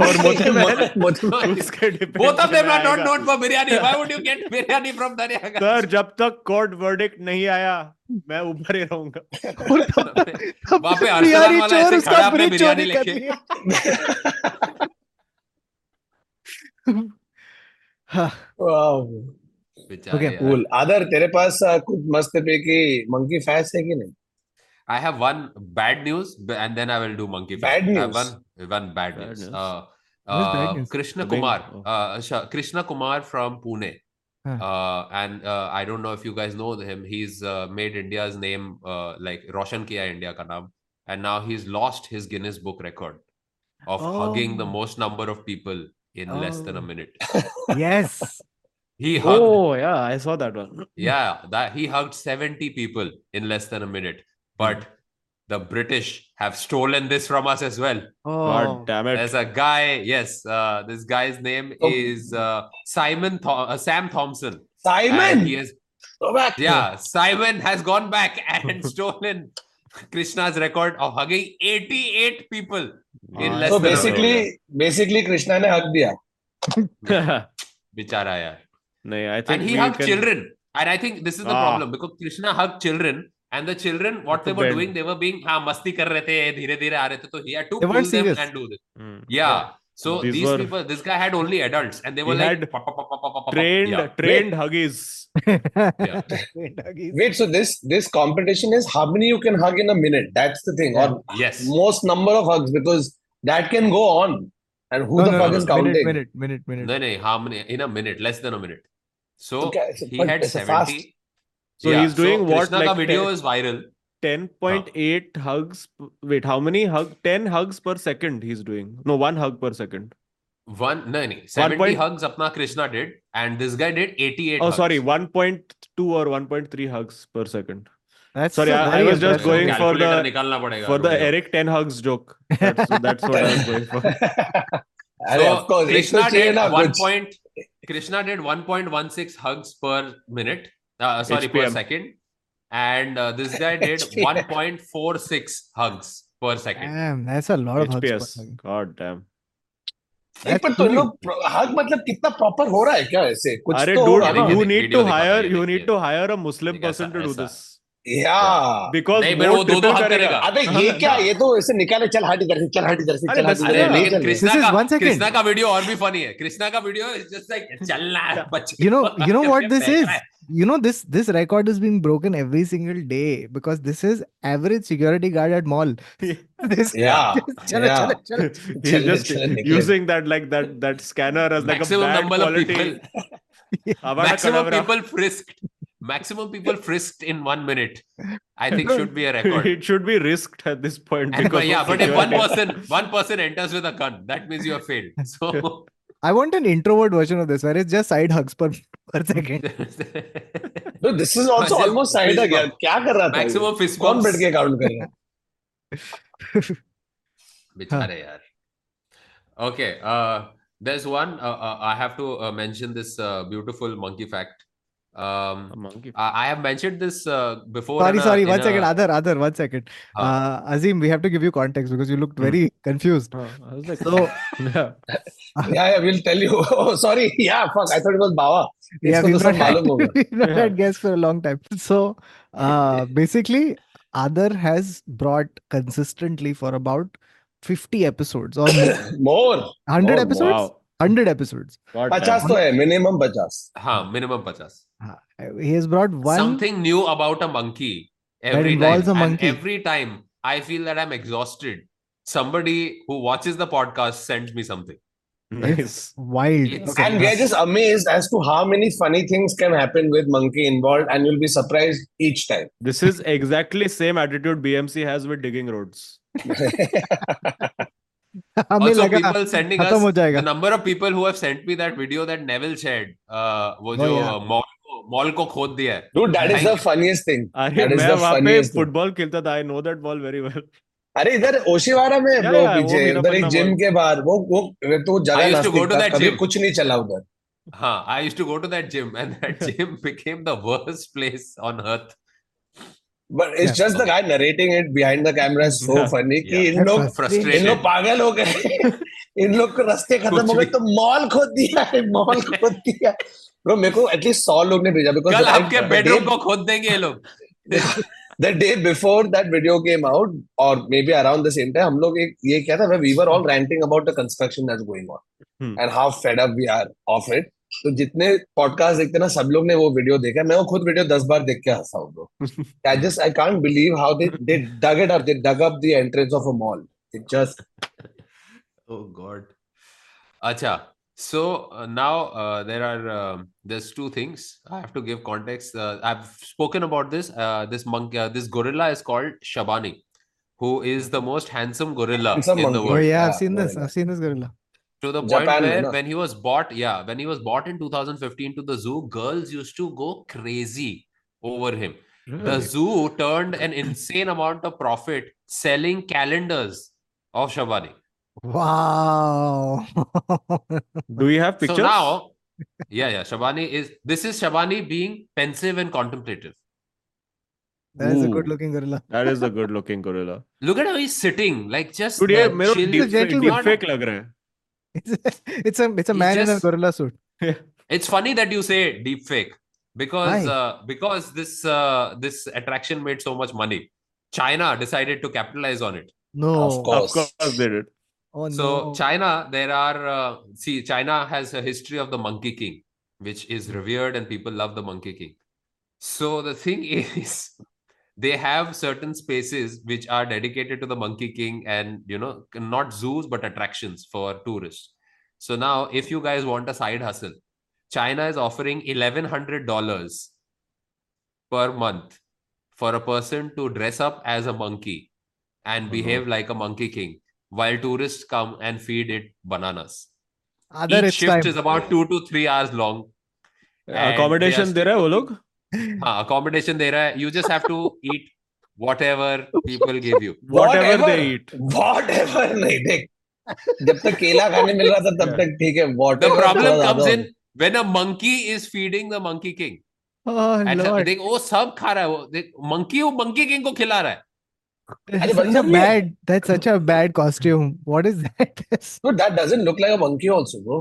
और मोती महल तो Motilal. उसके depend Both of them are not आएगा। known for biryani. Why would you get biryani from Daryaganj? Sir जब तक कोर्ट वर्डिक्ट नहीं आया मैं ऊपर ही रहूंगा और तब तक तब वहाँ पे तक अरसलान बिहारी वाला चोर ऐसे उसका खड़ा अपने ब्रिज बिरयानी चोरी कर लेके। लिया हाँ, wow. बेचारे Okay, यार. Cool. Other, तेरे पास uh, कुछ मस्त पे की monkey fans है कि नहीं? I have one bad news, b- and then I will do monkey. Bad flip. I have news. one, one bad, Bad news. news. Uh, What is bad uh, news? Krishna The big- Kumar, oh. uh, sure, Krishna Kumar from Pune, Huh. uh, and uh, I don't know if you guys know him. He's uh, made India's name uh, like Roshan kiya India ka naam, and now he's lost his Guinness Book record of hugging the Oh. most number of people in less than a Oh. minute. yes He hugged Oh yeah, I saw that one. yeah, that he hugged 70 people in less than a minute. But Hmm. the British have stolen this from us as well. Oh. God damn it. There's a guy, yes, uh, this guy's name Oh. is uh, Simon Tho- uh, Sam Thompson. And Simon, he is, go back. yeah, Simon has gone back and stolen Krishna's record of hugging 88 people. in हाँ, less So than a minute. basically, basically Krishna ने हक दिया. Bichara, yeah. नहीं, I and think he we hugged can- children. And I think this is the Ah. problem because Krishna hugged children, and the children, what That's they a were bad- doing, they were being हाँ मस्ती कर रहे थे धीरे धीरे आ रहे थे तो he had to They pull weren't them serious. and do this. Hmm. Yeah. So These these, were- people, this guy had only adults, and they were He like had pop, pop, pop, pop, pop, pop, pop. Trained, Yeah. trained huggies. Yeah. Wait, Huggies. Wait, so this this competition is how many you can hug in a minute. That's the thing, or Yes. most number of hugs because that can go on, and who No, the no, fuck no, is no. counting? Minute, minute, minute, minute. No, no, how many in a minute? Less than a minute. So Okay, it's a- he but had it's a fast- seventy. So he's doing what, Krishna like ka video ten- is viral. 10.8 hugs. p- Wait, how many hug? 10 hugs per second he's doing. No, one hug per second. One, no, no, seventy point- hugs. Apna Krishna did, and this guy did eighty-eight. Oh, hugs. sorry, 1.2 or 1.3 hugs per second. That's Sorry, a I- I very was just impressive- going for the- Calculator निकालना पड़ेगा, For the रुक जाओ. Eric 10 hugs joke. That's, that's what I was going for. अरे So, of course, एक तो Krishna चाहिए did ना one कुछ. point. Krishna did 1.16 hugs per minute. Uh, sorry, per HPM. second. And uh, this guy did HPM. 1.46 hugs per second. Damn, that's a lot of hugs per HPS. second. God damn. एक पर तो इन लोग pro- hug मतलब कितना proper हो रहा है क्या ऐसे? कुछ अरे तो dude, होगा ना. देखिए, you देखिए, need video to दिखा दो, hire ये you देखिए। need to hire a Muslim देखिए, ऐसा- person to do ऐसा। this Yeah. because नहीं, वो but वो दो-दो triple हाथ करेगा। करेगा। अबे ये क्या? ये तो ऐसे निकाले चल हट इधर से, चल हट इधर से, अरे चल हट that's इधर से, हाँ, अरे Yeah. नहीं लेकिन चल रही. कृष्णा This is का one second. कृष्णा का वीडियो और भी फनी है कृष्णा का वीडियो is just like चलना है बच्चे You know, को you know आगे what this फेंक is? रहा है। You know this this record is being broken every single day because this is average security guard at mall. This Yeah. Chalo, Yeah. chalo, chalo. He's चले, just चले, निकले. using that like that that scanner as like a Maximum bad number of quality people. Avada maximum Kedavra. people frisked maximum people frisked in one minute i think No, should be a record It should be risked at this point And- because but yeah of but if one security. person one person enters with a gun that means you have failed so I want an introvert version of this where it's just side hugs per per second. No, this is also Massive almost side fist again. bump. क्या कर रहा था? ये? maximum fist कौन bumps बैठ के count कर रहा है? बेचारे यार okay uh, there's one uh, uh, i have to uh, mention this uh, beautiful monkey fact um, A monkey. I, I have mentioned this uh, before Sorry, in a- sorry, in one second, a- Ah. Adhar, Adhar, one second. Huh. Uh, Azim, we have to give you context because you looked Hmm. very confused. Huh, I was like, So yeah. Yeah, yeah, we'll tell you. Oh, sorry. Yeah, fuck. I thought it was Bawa. Yeah, इसको we've तो not सब had, मालूम होगा. we've not Yeah. had guests for a long time. So uh, basically, Adar has brought consistently for about 50 episodes or Oh, more. More. 100 Oh, episodes? Wow. 100 episodes. God damn. 50 तो है, minimum 50. हाँ minimum 50 Uh, He has brought one. something new about a monkey every involves time. a And monkey. every time I feel that I'm exhausted, somebody who watches the podcast sends me something. Nice. Wild. It's- Okay. And we are just amazed as to how many funny things can happen with monkey involved, and you'll be surprised each time. This is exactly same attitude BMC has with digging roads. हमें also लगा people sending खत्म us हो जाएगा the number of people who have sent me that video that Neville shared uh, वो Oh, जो yeah. uh, mall को mall को खोद दिया है Dude, that is Thank the you. funniest thing. अरे That is मैं the वहां पे funniest thing. फुटबॉल खेलता था I know that ball very well अरे इधर ओशिवारा में Yeah, ब्रो yeah, वो पीछे मेरा उधर एक बंदा जिम बोल- के बाहर वो वो तो I जगह used to नास्तिक go to था that कभी gym. कुछ नहीं चला उधर हाँ I used to go to that gym and that gym became the worst place on earth but it's Yeah. Just the guy narrating it behind the camera is so Yeah. Funny कि Yeah. इन लोग इन frustrated लोग पागल हो गए इन लोग को रास्ते खत्म कुछ हो गए भी। तो मॉल खोद दिया है मॉल खोद दिया ब्रो मेरे को एटलीस्ट सौ लोग ने भेजा बिकॉज कल आपके बेडरूम को खोद देंगे ये लोग the day before that video came out or maybe around the same time हम लोग एक ये क्या था where we were all ranting about the construction that's going on Hmm. and how fed up we are of it तो जितने podcast देखते ना सब लोग ने वो वीडियो देखा मैं वो खुद वीडियो दस बार देख के हंसा हूँ I just I can't believe how they they dug it up they dug up the entrance of a mall it just Oh God. Acha. So uh, now uh, there are um, there's two things I have to give context. Uh, I've spoken about this. Uh, this monk, uh, this gorilla is called Shabani, who is the most handsome gorilla Handsome in the monkey. Oh world. yeah, I've Yeah, seen this. gorilla. I've seen this gorilla. To the point Japan में where ना? when he was bought, yeah, when he was bought in 2015 to the zoo, girls used to go crazy over him. The zoo turned an insane amount of profit selling calendars of Shabani. Wow. Do you have So pictures now, yeah, yeah, Shabani is this is Shabani being pensive and contemplative. that is a Ooh. good looking gorilla. That is a good looking gorilla Look at how he's sitting, like just dude ये the मेरे chill- को gentle deep not- fake लग रहा है It's a, it's a it's a He man in a just- gorilla suit. It's funny that you say deep fake because Why? uh, because this uh, this attraction made so much money. China decided to capitalize on it. No. course. Of course they did Oh So no. China, there are uh, see, China has a history of the Monkey King, which Hmm. is revered and people love the Monkey King. So the thing is, they have certain spaces which are dedicated to the Monkey King, and you know, not zoos but attractions for tourists. So now, if you guys want a side hustle, China is offering eleven hundred dollars per month for a person to dress up as a monkey and Uh-huh. no. behave like a Monkey King while tourists come and feed it bananas. Other Each it's shift time. is about two to three hours long. And accommodation they are- दे रहा है वो लोग Haan, accommodation there. You just have to eat whatever people give you. Whatever दे Whatever. Eat whatever नहीं देख जब तक केला खाने मिल रहा था तब Yeah. तक ठीक है what The problem comes in when a monkey is feeding the monkey king. Oh And lord. they वो सब खा रहा है वो देख, monkey वो monkey king को खिला रहा है. That's अरे such a बंदर भी है। bad that's such a bad costume. What is that? Dude, that doesn't look like a monkey also, bro.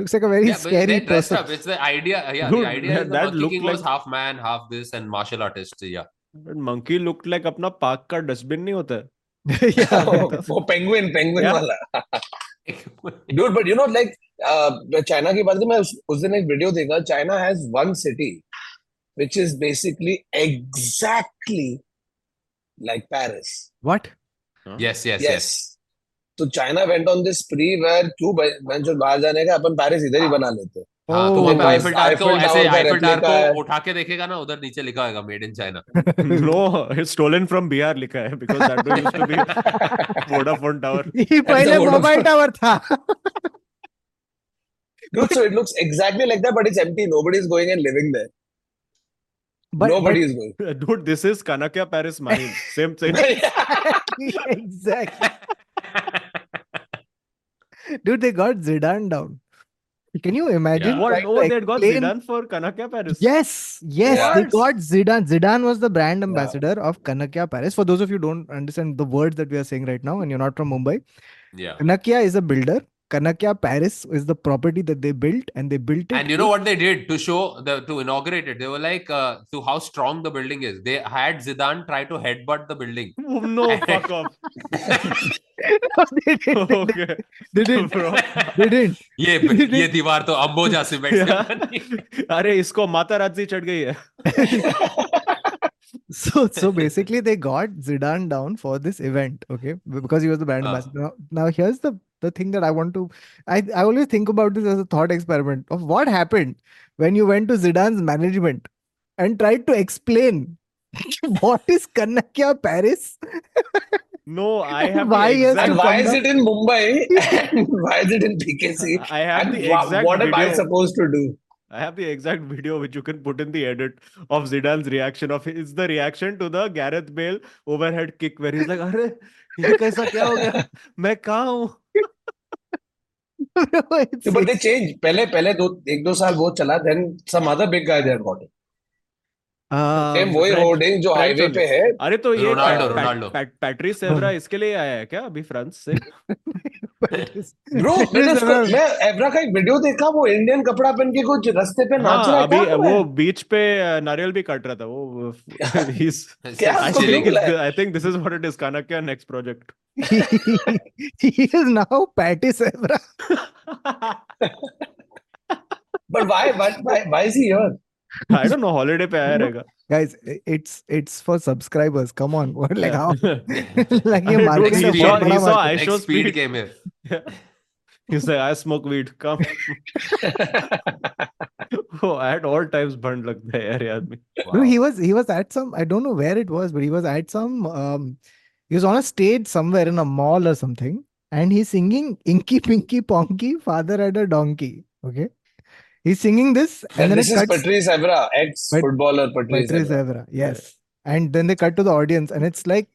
Looks like a very Yeah, but scary they're dressed person. up. It's the idea. Yeah, Dude, the idea is the that monkey looked king was like- half man, half this, and martial artist. Yeah. Monkey looked like अपना park का dustbin नहीं होता है yeah. Oh. वो penguin penguin Yeah. वाला dude but you know like uh, China की बात है, मैं उस, उस दिन एक वीडियो देखा China has one city which is basically exactly like Paris What? yes, yes, yes yes. तो China went on this spree where क्यों बेंचो बाहर जाने का अपन पेरिस इधर ही बना लेते हैं हाँ तो Oh. वहाँ पे Because आईफिल टावर को Eiffel ऐसे Tower का आईफिल टावर replica है। को उठा के देखेगा ना उधर नीचे लिखा होगा made in China no it's stolen from Bihar लिखा है because that do used to be Vodafone tower ये पहले Vodafone. मोबाइल टावर था dude so it looks exactly like that but it's empty nobody is going and living there but, nobody is going dude this is kanakya paris mine same thing but exactly dude they got Zidane down can you imagine what like, oh like they had got plain- zidane for kanakya paris yes yes Yeah. they Yes. got Zidane Zidane was the brand ambassador of Kanakya Paris for those of you who don't understand the words that we are saying right now and you're not from Mumbai yeah Kanakya is a builder Kanakya Paris is the property that they built and they built it and you know what they did to show the to inaugurate it they were like uh, to how strong the building is they had zidane try to headbutt the building Oh, no fuck off what they didn't, they okay didn't, bro they didn't. ये ये दीवार तो अंबोजा cement से Yeah. बनी अरे इसको माता राजी चढ़ गई है So, so basically, they got Zidane down for this event, okay, b- because he was the brand Uh. Ah. ambassador. Now, now here's the the thing that I want to I, I always think about this as a thought experiment of what happened when you went to Zidane's management and tried to explain what is Kanakya Paris? No, I have Why he the exact. has And to why come is back. it in Mumbai? And why is it in PKC? I have And the wha- exact what am I video. supposed to do? I have the exact video which you can put in the edit of Zidane's reaction of it's the reaction to the Gareth Bale overhead kick where he's like, "अरे ये कैसा क्या हो गया? मैं कहाँ हूँ?" Bro, it's- But they it's- changed. पहले पहले दो एक दो साल वो चला then some other big guy there got it. uh, Same वही French- hoarding जो French highway only. पे है अरे तो ये Ronaldo, PAT- PAT- Ronaldo. PAT- Patrice Evra इसके लिए आया है क्या अभी फ्रांस से? Paris- ब्रो Paris मैंने उसको Hilton. मैं एवरा का एक वीडियो देखा वो इंडियन कपड़ा पहन के कुछ रास्ते पे नाच रहा हाँ है क्या अभी हुआ वो है? बीच पे अ, नारियल भी काट रहा था वो he's क्या I उसको क्यों Chilling. think बुलाया? it's- I think this is what it is Kanakya next project. he is now Patty Sevra. I But why why why why is he here? don't know holiday पे आया No. रहेगा. Guys, i- it's it's for subscribers. Come on, what like how like Dude, ये he marketing का saw- बहुत he बड़ा saw market- I Next show speed speed. came here. He's like I smoke weed. Come. वो at all times burn लगता है यार ये आदमी. No, he Wow. was he was at some I don't know where it was, but he was at some um he was on a stage somewhere in a mall or something, and he's singing Inky Pinky Ponky, Father had a Donkey. Okay. He's singing this and Then then this it is cuts Patrice Evra, ex-footballer Patrice Patrice Evra. Evra. Yes. And then they cut to the audience and it's like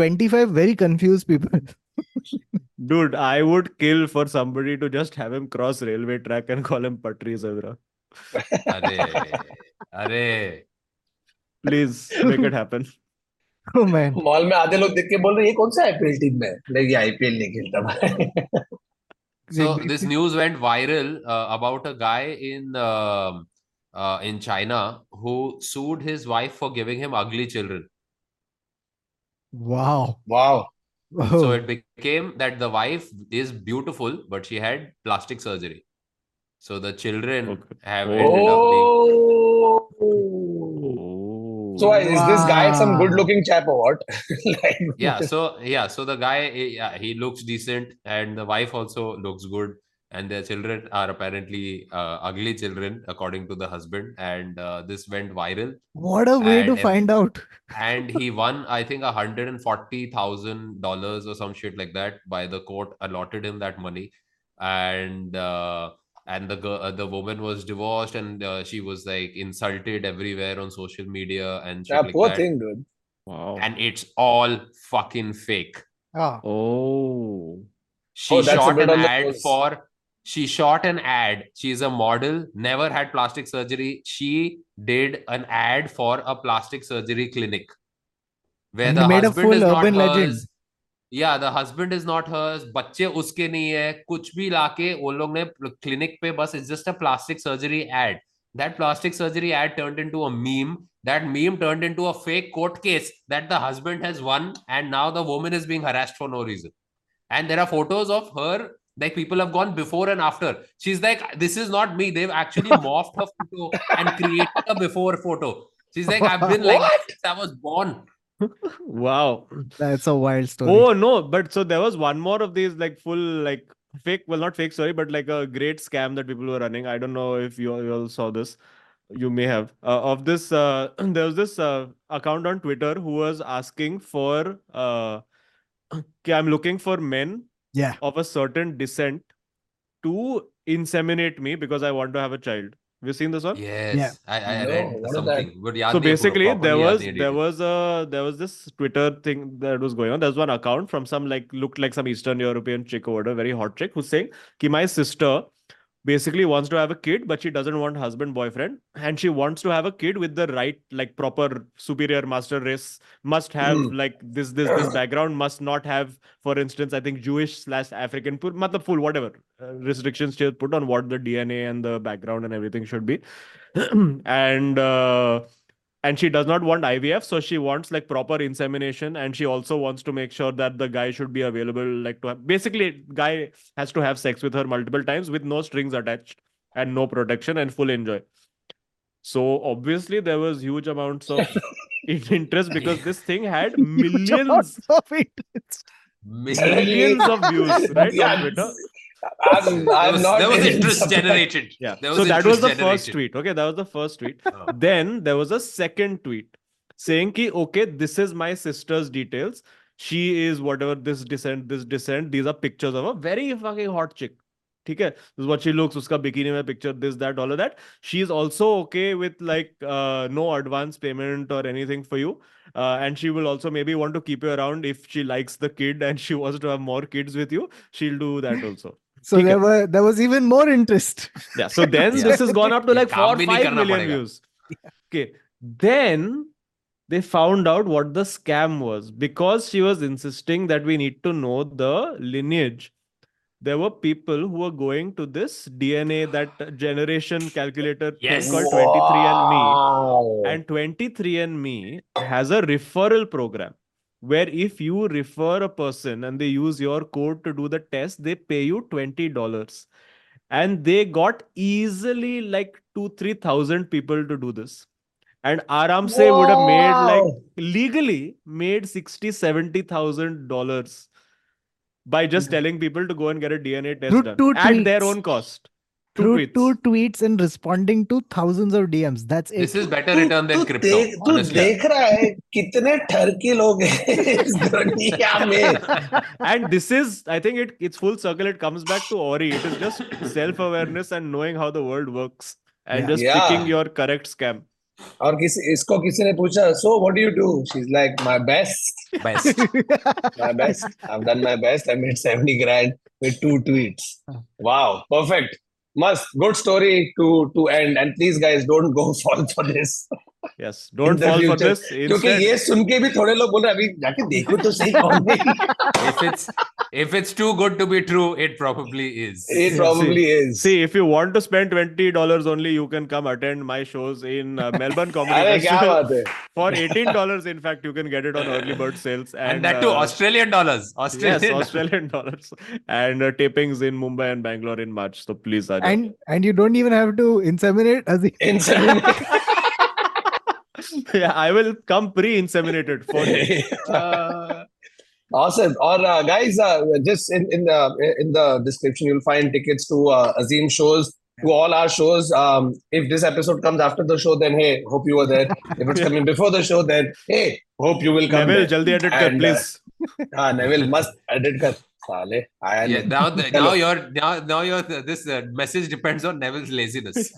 25 very confused people. Dude, I would kill for somebody to just have him cross railway track and call him Patrice Evra. अरे अरे Please make it happen. Oh man. Mall में आधे लोग देख के बोल रहे हैं, ये कौन सा आईपीएल टीम में नहीं ये आईपीएल नहीं खेलता भाई So this news went viral uh, about a guy in um uh, in China who sued his wife for giving him ugly children. Wow. Wow So Oh. it became that the wife is beautiful, but she had plastic surgery. So the children Okay. have Oh. ended up being. Oh. Oh. So is this guy some Wow. good-looking chap or what? Like, Yeah, so yeah, so the guy, eh, yeah, he looks decent, and the wife also looks good, and their children are apparently uh, ugly children, according to the husband, and uh, this went viral. What a way And to ev- find out. and he won i think hundred and forty thousand dollars or some shit like that by the court allotted him that money and uh, and the girl uh, the woman was divorced and uh, she was like insulted everywhere on social media and shit yeah, like poor that. thing, dude. Wow. and it's all fucking fake Ah. Oh. she Oh, that's a shot bit an on the ad nose. for she shot an ad she's a model never had plastic surgery she did an ad for a plastic surgery clinic where And the he made a husband is full not urban legend. hers yeah the husband is not hers बच्चे उसके नहीं है कुछ भी लाके वो लोग ने clinic पे बस it's just a plastic surgery ad that plastic surgery ad turned into a meme that meme turned into a fake court case that the husband has won and now the woman is being harassed for no reason and there are photos of her like people have gone before and after she's like this is not me they've actually morphed her photo and created a before photo she's like i've been like What? this since i was born Wow. That's a wild story. Oh no, but so there was one more of these like full like fake well not fake sorry but like a great scam that people were running. I don't know if you all, you all saw this. You may have uh, of this. Uh, there was this uh, account on Twitter who was asking for uh, okay, I'm looking for men Yeah. of a certain descent to inseminate me because I want to have a child. Have you seen this one? yes i, I No, read what is something but yeah so basically there was there was a there was this twitter thing that was going on there's one account from some like looked like some eastern european chick or whatever very hot chick who's saying ki my sister basically wants to have a kid but she doesn't want husband boyfriend and she wants to have a kid with the right like proper superior master race must have Hmm. like this this this background must not have for instance i think jewish slash african put matlab full whatever uh, restrictions she put on what the dna and the background and everything should be and uh, and she does not want IVF, so she wants like proper insemination, and she also wants to make sure that the guy should be available, like to have, basically guy has to have sex with her multiple times with no strings attached and no protection and full enjoy. So obviously there was huge amounts of in- interest because this thing had Huge millions amounts of it. millions of views, right? on Yeah, Twitter. I'm, There I'm was, not there was very interest surprised. generated. Yeah. There so was that was the interest first tweet. Okay, that was the first tweet. Oh. then there was a second tweet saying ki okay, this is my sister's details. She is whatever this descent, this descent. These are pictures of a very fucking hot chick. ठीक है this is what she looks उसका bikini में picture this that all of that she is also okay with like uh, no advance payment or anything for you uh, and she will also maybe want to keep you around if she likes the kid and she wants to have more kids with you she'll do that also So ठीक है। there were there was even more interest. Yeah. So then Yeah. this has gone up to ये like काम four भी नहीं five करना million पड़ेगा। views. Okay. Then they found out what the scam was because she was insisting that we need to know the lineage. There were people who were going to this DNA that generation calculator thing Yes. called 23andMe. Wow. And 23andMe has a referral program where if you refer a person and they use your code to do the test, they pay you $20. And they got easily like two, 3,000 people to do this. And Aram Se would have made like Wow. legally made 60, 70,000 dollars by just telling people to go and get a DNA test Through done two at their tweets. own cost. Two Through tweets. two tweets and responding to thousands of DMs. That's it. This is better तू- return than तू crypto. देख- तू honestly. देख रहा है कितने ठरकी लोग हैं इस दुनिया में and this is i think it it's full circle it comes back to ori it is just self-awareness and knowing how the world works and Yeah. just Yeah. picking your correct scam और किसी इसको किसी ने पूछा so what do you do she is like my best Best. My best I have done my best I made 70 grand with two tweets wow perfect must good story to to end and please guys don't go fall for this yes don't the fall for future. this क्योंकि Instead- ये सुन के भी थोड़े लोग बोल रहे हैं, अभी जाके देखो तो सही कौन है if it's if it's too good to be true, it probably is. it probably is see if you want to spend 20 dollars only you can come attend my shows in uh, melbourne comedy अरे क्या festival बात है for 18 dollars in fact you can get it on early bird sales and, and, that too uh, Australian dollars. Australian. Yes, Australian dollars and uh, tapings in Mumbai and Bangalore in March. So please, Ajay. and and you don't even have to inseminate Aziz. इन सभी ने- yeah, I will come pre-inseminated for you. Uh, awesome. Or uh, guys, uh, just in in the in the description, you'll find tickets to uh, Azim shows. To all our shows. Um, if this episode comes after the show, then hey, hope you were there. If it's Yeah. coming before the show, then hey, hope you will come. Neville, there. jaldi edit kar, And, uh, please. Ah, Neville must edit kar. Saale, आया Yeah, नहीं. now the, Hello. now your now now your this uh, message depends on Neville's laziness.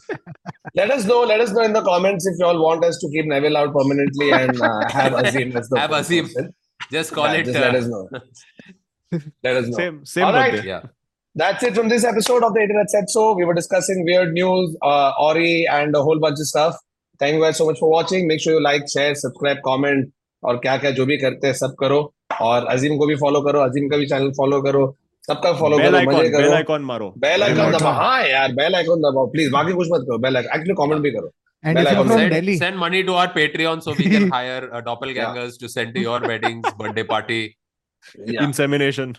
Let us know. Let us know in the comments if you all want us to keep Neville out permanently and uh, have Azim as the Have fourth Azim. person. Just call Yeah, it. Just uh, let us know. Let us know. Same, same All right. birthday. yeah, That's it from this episode of the Internet Said So. We were discussing weird news, uh, Ori, and a whole bunch of stuff. Thank you guys so much for watching. Make sure you like, share, subscribe, comment और क्या क्या जो भी करते हैं सब करो और अजीम को भी फॉलो करो अजीम का भी चैनल फॉलो करो सबका फॉलो Bell करो मजे icon, bell करो icon maro. Bell Bell icon icon. दबाओ हाँ यार बेल आइकन दबाओ प्लीज बाकी कुछ मत करो बेल आइकन एक्चुअली कमेंट भी करो And Well, if I you're got from send, Delhi, send money to our Patreon so we can hire uh, doppelgangers to send to your weddings, birthday party. Yeah. Insemination.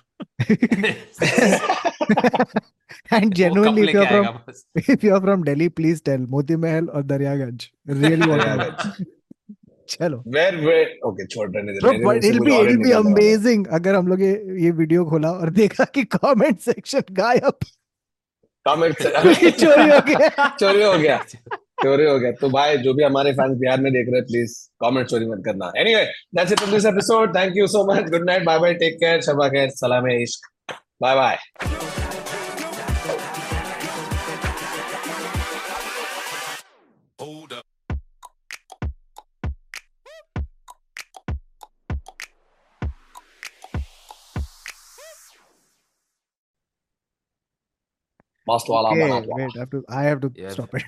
and genuinely, if Couple you're लेके from आएगा बस. if you're from Delhi, please tell Moti Mahal or Daryaganj. Really want to. know. चलो where where okay छोड़ रहने दे Bro, मेरे मुंह but से it'll कुछ be और ही it'll be निकल रहा होगा। amazing अगर हम लोग ये ये वीडियो खोला और देखा कि कमेंट सेक्शन गायब Comment से- क्योंकि चोरी हो गया चोरी हो गया चोरी हो गया तो भाई जो भी हमारे फैंस बिहार में देख रहे हैं प्लीज कमेंट चोरी मत करना anyway that's it for this episode thank you so much good night bye bye take care Shaba खैर सलाम है इश्क बाय बाय मस्त वाला Okay, बना हुआ wait, I have to I have to Yeah. stop it.